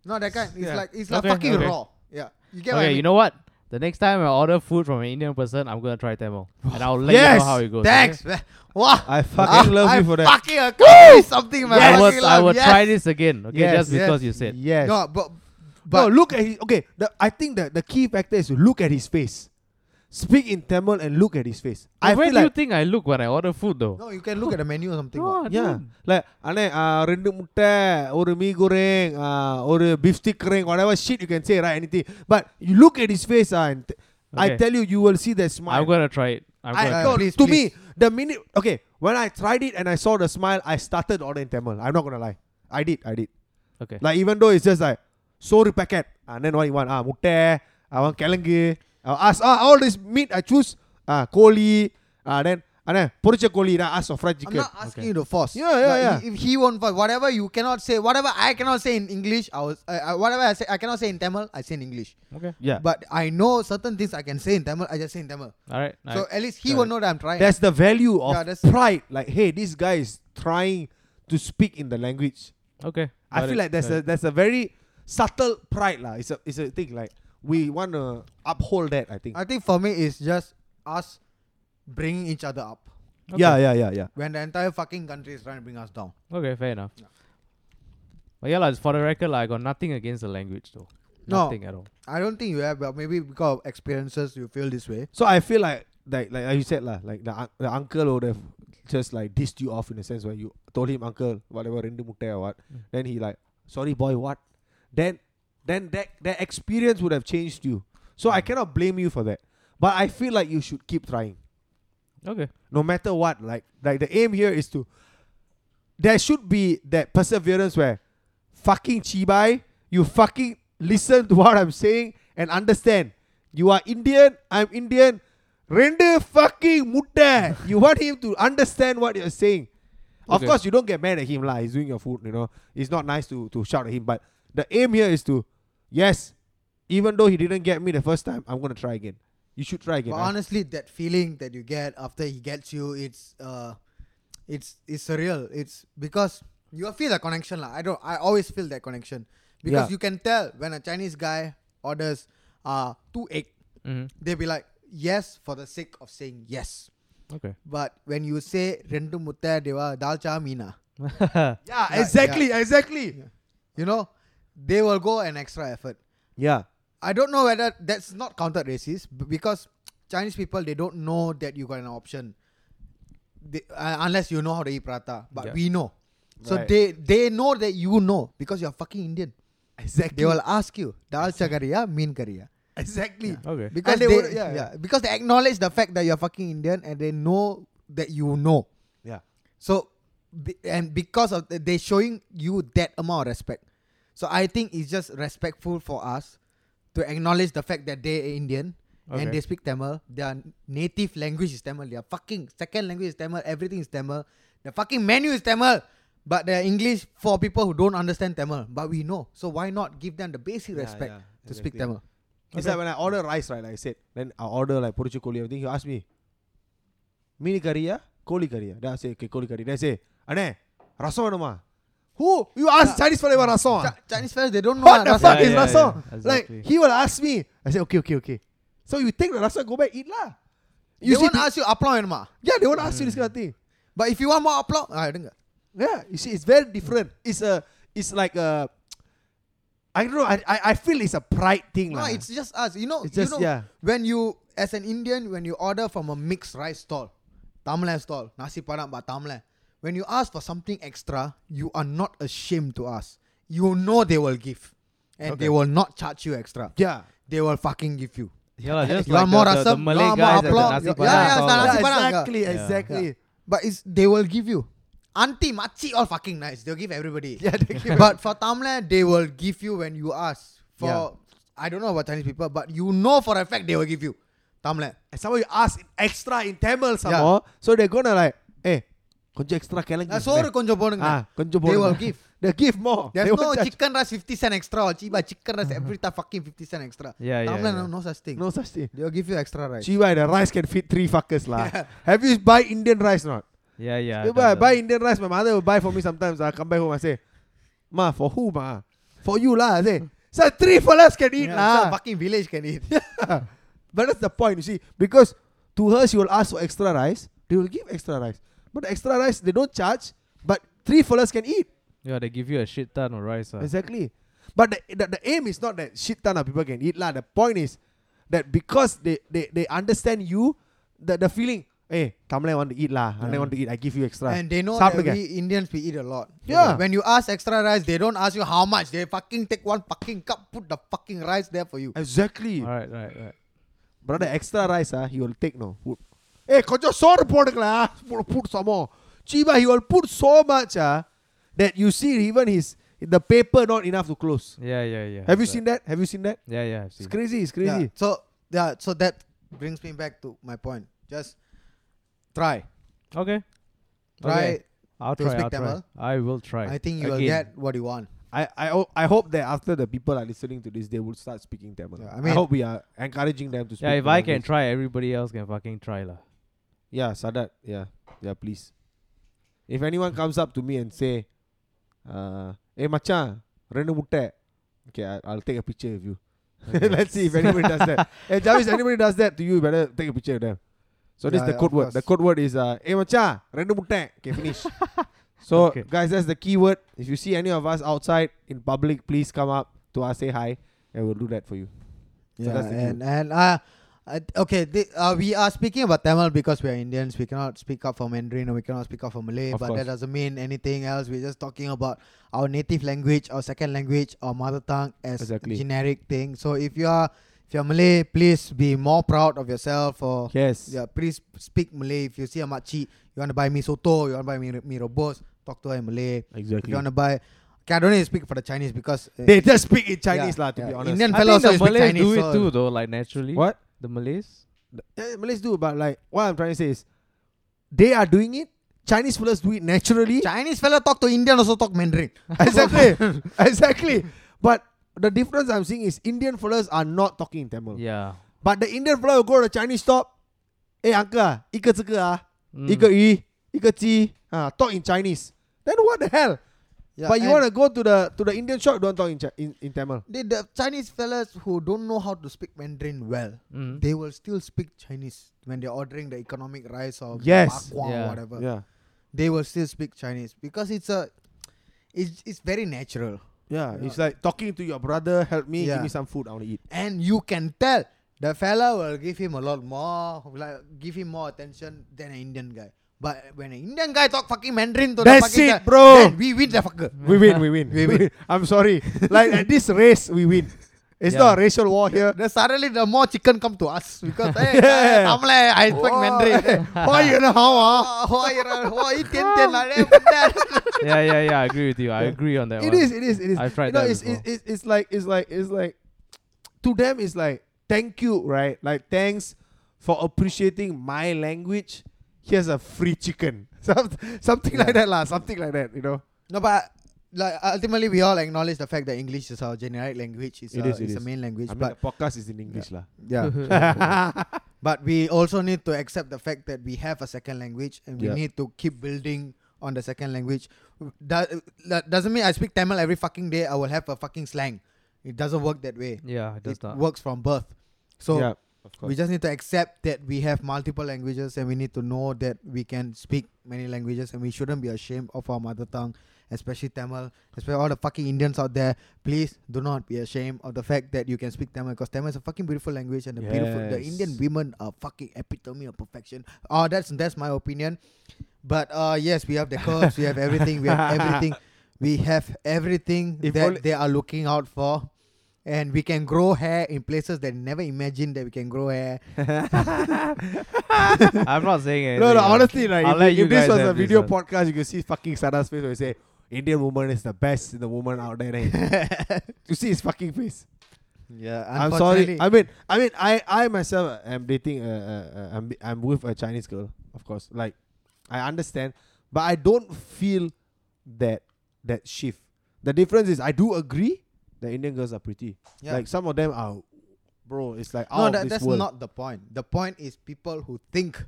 No, that kind. It's Yeah. like it's like Okay, fucking okay. raw. Yeah, you get okay, what I mean. you know what? The next time I order food from an Indian person, I'm gonna try [SIGHS] Tamil. and I'll let you Yes! know how it goes. okay? Thanks. man. Wow. I fucking Ah, love I you for that. Fucking accomplished something, in my I fucking will, I life. will Yes. try this again, okay? just because you said. Yes. No, but no, but look at his, okay, the, I think the, the key factor is to look at his face. Speak in Tamil and look at his face. I Where feel do you like think I look when I order food though? No, you can look at the menu or something. what. No, yeah, dude. like அண்ணே uh, ரெண்டு முட்டை ஒரு மீ goreng uh, ஒரு beef stick goreng whatever shit you can say right anything but you look at his face uh, and t- I Okay. tell you you will see that smile. I'm gonna try it. I'm I, gonna I- no, try it. Please, to please. me, the minute okay, when I tried it and I saw the smile, I started order in Tamil. I'm not gonna lie, I did, I did. Okay. Like even though it's just like sorry packet, and then what you want? Ah, mutte. I want kelengu. I ask ah all this meat. I choose ah koli. Ah then and then poricha koli. I ask for fried I'm chicken. not asking you to force. Yeah, yeah, Like, yeah. If if he won't force, whatever you cannot say, whatever I cannot say in English, I was, I, I, whatever I say, I cannot say in Tamil, I say in English. Okay. yeah, But I know certain things I can say in Tamil, I just say in Tamil. All right. So alright. at least he Got will it. know that I'm trying. that's the value of Yeah, that's- pride. Like hey, this guy is trying to speak in the language. okay. I got feel it, like that's got a it. that's a very subtle pride lah. It's a it's a thing like we want to uphold that. I think. I think for me, it's just us bringing each other up Okay. Yeah, yeah, yeah, yeah. when the entire fucking country is trying to bring us down. Okay, fair enough. But yeah, lah. for the record, lah, I got nothing against the language though. No. Nothing at all. I don't think you have, but maybe because of experiences, you feel this way. So I feel like like like, like you said lah, like the un- the uncle would have just like dissed you off in a sense when you told him uncle whatever rendu mutte or what, Mm. then he like sorry boy what, then then that that experience would have changed you. So Mm. I cannot blame you for that, but I feel like you should keep trying Okay. no matter what. Like like the aim here is to there should be that perseverance where fucking chibai, you fucking listen to [LAUGHS] what I'm saying and understand. You are Indian, I'm Indian. Render fucking mutta. You want him to understand what you're saying. Of Okay. course, you don't get mad at him, lah. He's doing your food, you know. It's not nice to, to shout at him, but the aim here is to, yes, even though he didn't get me the first time, I'm gonna try again. You should try again. but I- honestly, that feeling that you get after he gets you, it's uh, it's it's surreal. It's because you feel the connection, lah. I don't. I always feel that connection because Yeah. you can tell when a Chinese guy orders uh two egg, hmm they'll be like yes for the sake of saying yes. Okay. But when you say rendu mutta deva dalcha mina, yeah, Yeah, exactly, exactly. you know, they will go an extra effort. yeah. I don't know whether that's not counted racist b- because Chinese people they don't know that you got an option, they, uh, unless you know how to eat prata. But Yeah. we know, so Right. they they know that you know because you're fucking Indian. Exactly. They will ask you dal chakariya mean kariya exactly. Okay. because And they, they would- yeah, yeah, because they acknowledge the fact that you're fucking Indian and they know that you know. Yeah. So be- and because of th- they showing you that amount of respect. So I think it's just respectful for us to acknowledge the fact that they are Indian Okay. and they speak Tamil. Their native language is Tamil. Their fucking second language is Tamil. Everything is Tamil. The fucking menu is Tamil. But they're English for people who don't understand Tamil. But we know. So why not give them the basic Yeah, respect yeah, to speak exactly. Tamil? It's like when I order rice, right? Like I said, then I order like porichu koli everything. He asked me, mini curry ah, koli curry ah. Then I say, okay, koli curry. Then I say, ane, rasam anuma. Who you ask Chinese fellow about rasam? ah? Chi- Chinese fellas, they don't know. What lah, the rasa fuck Yeah, is yeah, rasam? yeah, exactly. Like he will ask me. I say, okay, okay, okay. So you take the rasam, go back eat lah. You You they see, won't ask you apply anymore. yeah, they won't ask you this kind of thing. But if you want more apply, I don't get. Yeah, you see, it's very different. It's a, it's like a, I don't know. I, I, I feel it's a pride thing, No, lah. it's just us. You know, It's you just- know, yeah. when you as an Indian, when you order from a mixed rice stall, Tamil stall, nasi padang but Tamil, when you ask for something extra, you are not ashamed to ask. You know they will give, and they Okay. will not charge you extra. yeah. They will fucking give you. Yeah, lah, just you like want more the, the, the rasam? You Malay want more guys at the aplom? nasi Yeah, padang yeah, stall, it's the lah. nasi- padang, exactly, yeah. exactly. But it's they will give you. Auntie, machi, all fucking nice. They'll give everybody. Yeah, they give but for Tamil, they will give you when you ask. For Yeah. I don't know about Chinese people, but you know for a fact they will give you Tamil. And someone you ask in extra in Tamil some Yeah. more, so they're gonna like, eh, கொஞ்சம் extra கேளுங்க. நான் சோறு கொஞ்சம் போடுங்க Ah, கொஞ்சம் They போடுங்க. will give. [LAUGHS] They give more. There's they no won't charge. chicken rice 50 cent extra or cheap chicken rice every time fucking 50 cent extra. Yeah, yeah, Tamil, yeah. No, no such thing. No such thing. They will give you extra rice. Chibai, the rice can feed three fuckers lah. Have you buy Indian rice or not? Yeah, yeah. You I've buy, done buy that. Indian rice. My mother will buy for me sometimes. I come back home. I say, ma, for who ma? For you lah. I say, so three fellas can eat Yeah, lah. so fucking village can [LAUGHS] eat. But that's the point, you see, because to her she will ask for extra rice, they will give extra rice. But the extra rice they don't charge, but three fellas can eat. Yeah, they give you a shit ton of rice. ah. Exactly. But the, the, the aim is not that shit ton of people can eat lah. The point is that because they they, they understand you, that the feeling, hey, Tamil want to eat lah, I Yeah. want to eat, I give you extra. And they know சாப்பிடுங்க. that we Indians we eat a lot. Yeah. When you ask extra rice, they don't ask you how much. They fucking take one fucking cup, put the fucking rice there for you. exactly. All right, right, right. Brother, extra rice, ah, he will take no. Put. Hey, கொஞ்சம் சோறு போடுங்களா put, put some more. Chiba, he will put so much ah, that you see even his the paper not enough to close. Yeah, yeah, yeah. Have you right. seen that? Have you seen that? Yeah, yeah. I've It's seen. crazy. It's Yeah. crazy. So yeah, so that brings me back to my point. Just try, Okay. try. Okay. I'll to try. speak I'll try. Tamil. I will try. I think you will Again. get what you want. I, I ho- I hope that after the people are listening to this, they will start speaking Tamil. Yeah, I I, mean- hope we are encouraging them to speak. Yeah, if I can language. try, everybody else can fucking try lah. Yeah, Sadat. Yeah, yeah, please. If anyone comes up to me and say, uh, "Hey, machan, rendu mutte," okay, I, I'll take a picture of you. [LAUGHS] Let's see if anybody does [LAUGHS] that. Hey, Javis, anybody does that to you, you better take a picture of them. So this Yeah, is the yeah, code of word. The code word is, uh, "Hey, machan, rendu mutte." Okay, [LAUGHS] finish. so Okay. guys, that's the key word. If you see any of us outside in public, please come up to us, say hi, and we'll do that for you. So Yeah, that's the new- and and uh, I- okay, thi- uh, we are speaking about Tamil because we are Indians. We cannot speak up for Mandarin or we cannot speak up for Malay, Of but course. that doesn't mean anything else. We're just talking about our native language, our second language, our mother tongue as Exactly. generic thing. So if you are if you're Malay, please be more proud of yourself. Or Yes. yeah, please speak Malay. If you see a machi, you want to buy me soto, you want to buy me me robos, talk to her in Malay. If Exactly. you want to buy, okay, I don't need to speak for the Chinese because uh, They just speak in Chinese, Yeah, lah. To yeah. be honest. Indian I fellow think also the speak Malays Chinese. do so- it too, though. Like naturally. what? the Malays? Yeah, Eh, Malays do, but like what I'm trying to say is they are doing it. Chinese fellas do it naturally. Chinese fella talk to Indian also talk Mandarin. [LAUGHS] [LAUGHS] exactly. exactly. But the difference I'm seeing is Indian fellas are not talking in Tamil. Yeah. But the Indian fella will go to the Chinese shop. Hey uncle, ah, 一个这个 ah, Hmm. Mm. 一个鱼，一个鸡 ah, talk in Chinese. Then what the hell? Yeah, but you and want to go to the to the Indian shop, don't talk in Chi- in, in Tamil. the, the Chinese fellas who don't know how to speak Mandarin well, Hmm? [LAUGHS] Mm. they will still speak Chinese when they're ordering the economic rice or Yes. bakwan Yeah, or whatever. Yeah, They will still speak Chinese because it's a it's, it's very natural. yeah. Yeah. It's like talking to your brother. Help me, Yeah. give me some food. I want to eat. And you can tell the fella will give him a lot more like give him more attention than an Indian guy. But when an Indian guy talk fucking Mandarin to That's the fucking it, guy, bro. then we win the fucker. We win, we win. We win. [LAUGHS] I'm sorry. Like at this race, we win. It's Yeah. not a racial war [LAUGHS] here. Then suddenly the more chicken come to us because hey, Yeah. Tamil, I speak [LAUGHS] Oh. Mandarin. [LAUGHS] Why you know how? ah? Ah, why you know, why you think that like that, but that- yeah, yeah, yeah. I agree with you. I agree on that It one. is, it is, it is. I've tried you know, that it's, before. it's, it's, it's like it's like it's like to them it's like thank you, right? Like thanks for appreciating my language. Here's a free chicken. [LAUGHS] Some, something like that, lah. Something like that, you know. [LAUGHS] no, but like ultimately we all acknowledge the fact that English is our generic language. It's, It our, is, it it's the is. main language, I [LAUGHS] mean, but the podcast is in English, lah. yeah. [LAUGHS] but we also need to accept the fact that we have a second language and we Yeah. need to keep building on the second language. That, that doesn't mean I speak Tamil every fucking day. I will have a fucking slang. It doesn't work that way. Yeah, it does it [LAUGHS] not. works from birth. So yeah, of course. we just need to accept that we have multiple languages and we need to know that we can speak many languages and we shouldn't be ashamed of our mother tongue, especially Tamil, especially all the fucking Indians out there. Please do not be ashamed of the fact that you can speak Tamil because Tamil is a fucking beautiful language and the beautiful the Yes. Indian women are fucking epitome of perfection. Oh, that's that's my opinion. But uh yes, we have the curves, we have everything, we have everything. We have everything If only- that they are looking out for. And we can grow hair in places that never imagined that we can grow [LAUGHS] hair. [LAUGHS] I'm not saying anything. No, no, lah. honestly, like, I'll if, let if you this guys was a have this video one. podcast, you can see fucking Sada's face where he say, Indian woman is the best in the woman out [LAUGHS] there. eh." you see his fucking face. Yeah, I'm sorry. unfortunately- I mean, I mean, I, I myself am dating, uh, uh, uh, I'm, I'm with a Chinese girl, of course. Like, I understand, but I don't feel that that shift. The difference is, I do agree that Indian girls are pretty. Yeah. Like, some of them are, bro, it's like, out no, of that, this that's world. not the point. The point is people who think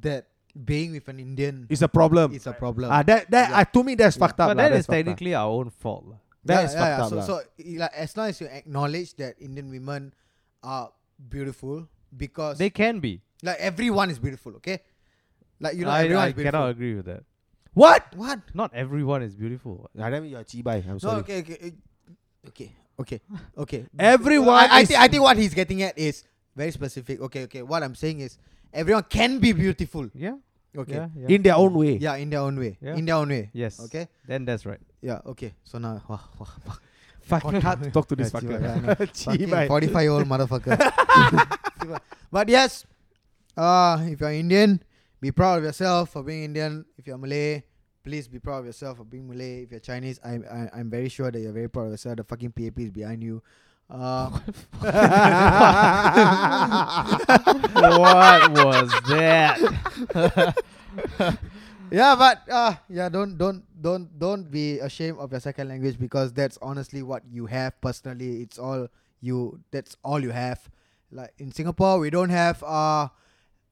that being with an Indian it's a problem. is a problem. Ah, that that Yeah. uh, to me that's Yeah. fucked up. But lah, that that's is fucked up. technically our own fault. lah. That yeah, is yeah, fucked yeah. up So, so i- like, as long as you acknowledge that Indian women are beautiful, because They can be. like everyone is beautiful, okay? Like you know, I, everyone I is beautiful. cannot agree with that. What? What? Not everyone is beautiful. I don't mean you're chibai. I'm No, sorry. okay, okay, eh, okay, okay, okay. Everyone I, I, is- thi- I think what he's getting at is very specific. Okay, okay. What I'm saying is everyone can be beautiful. Yeah. Okay. Yeah. Yeah, yeah. in their own way. in their own way. Yeah. In their own way. yes. Okay. Then that's right. Yeah. Okay. So now, [LAUGHS] wah, wah, [LAUGHS] fuck. Fucking hard to [LAUGHS] talk to this Yeah, fucker. yeah, I know. [LAUGHS] Gee, mate. Forty-five year old motherfucker. [LAUGHS] [LAUGHS] but yes, uh, if you're Indian, be proud of yourself for being Indian. If you're Malay, please be proud of yourself for being Malay. If you're Chinese, I, I I'm very sure that you're very proud of yourself. The fucking PAP is behind you. Uh, what was that? yeah, but uh, yeah, don't don't don't don't be ashamed of your second language because that's honestly what you have personally. It's all you. That's all you have. Like in Singapore, we don't have uh,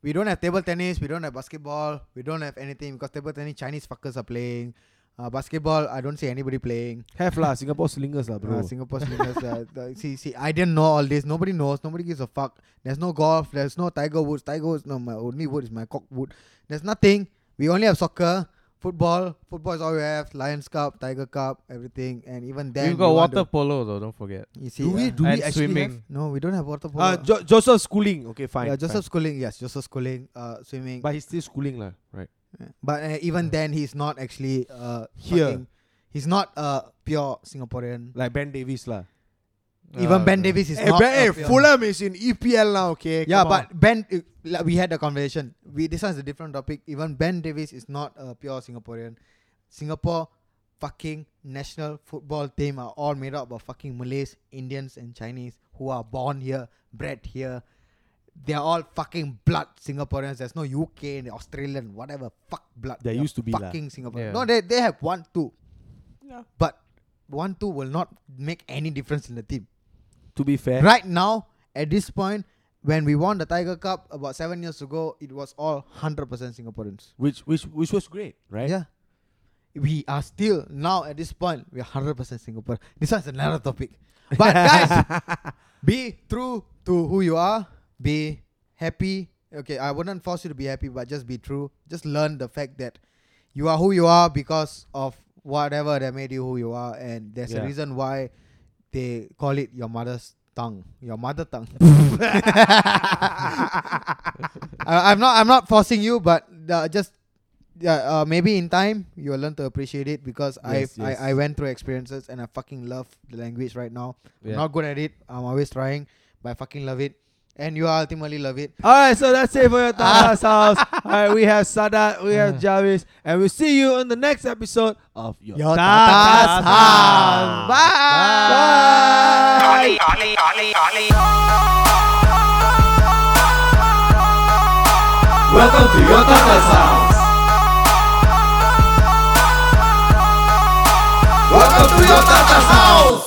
we don't have table tennis. We don't have basketball. We don't have anything because table tennis Chinese fuckers are playing. Uh, basketball, I don't see anybody playing. Have lah, Singapore slingers lah, bro. Uh, Singapore singers. uh, [LAUGHS] the- see, see, I didn't know all this. Nobody knows. Nobody gives a fuck. There's no golf. There's no Tiger Woods. Tiger Woods. No, my only wood is my cock wood. There's nothing. We only have soccer, football. Football is all we have. Lions Cup, Tiger Cup, everything, and even then We've got we want water polo though. Don't forget. to- you see, do we uh, do and we actually swimming. have- no, we don't have water polo. Uh, jo- Joseph Schooling. Okay, fine. yeah, fine. Joseph schooling. Yes, Joseph schooling. Uh, swimming. But he's still schooling lah, right? Yeah. But uh, even then, he's not actually uh Here. fucking- he's not uh pure Singaporean. Like Ben Davies lah. even Uh, Ben Davis eh, is not. a pure- is in EPL now, okay? Yeah, but Ben, uh, like we had a conversation. We this one's a different topic. Even Ben Davis is not a pure Singaporean. Singapore fucking national football team are all made up of fucking Malays, Indians, and Chinese who are born here, bred here. They are all fucking blood Singaporeans. There's no UK and Australian, whatever. Fuck blood. There They're used to be lah. fucking Singaporean. Yeah. No, they they have one two, Yeah. but one two will not make any difference in the team to be fair, right now at this point when we won the tiger cup about seven years ago it was all 100% singaporeans which which which was great, right? yeah we are still now at this point we are 100% singaporean this one's another topic [LAUGHS] but guys be true to who you are be happy okay i wouldn't force you to be happy but just be true just learn the fact that you are who you are because of whatever that made you who you are and there's Yeah. a reason why they call it your mother's tongue your mother [LAUGHS] tongue [LAUGHS] I, Uh, i'm not i'm not forcing you but uh, just yeah, uh, maybe in time you'll learn to appreciate it because Yes, I, yes. I I went through experiences and I fucking love the language right now. Yeah. I'm not good at it. I'm always trying, but I fucking love it. And you ultimately love it. All right, so that's it for your Tata's house. All right, we have Sadat, we have Jarvis, and we'll see you on the next episode of your, Your Tata's Tata's House. house. Bye. Ollie, Ollie, Ollie, Ollie. Welcome to your Tata's house. Welcome to your Tata's house.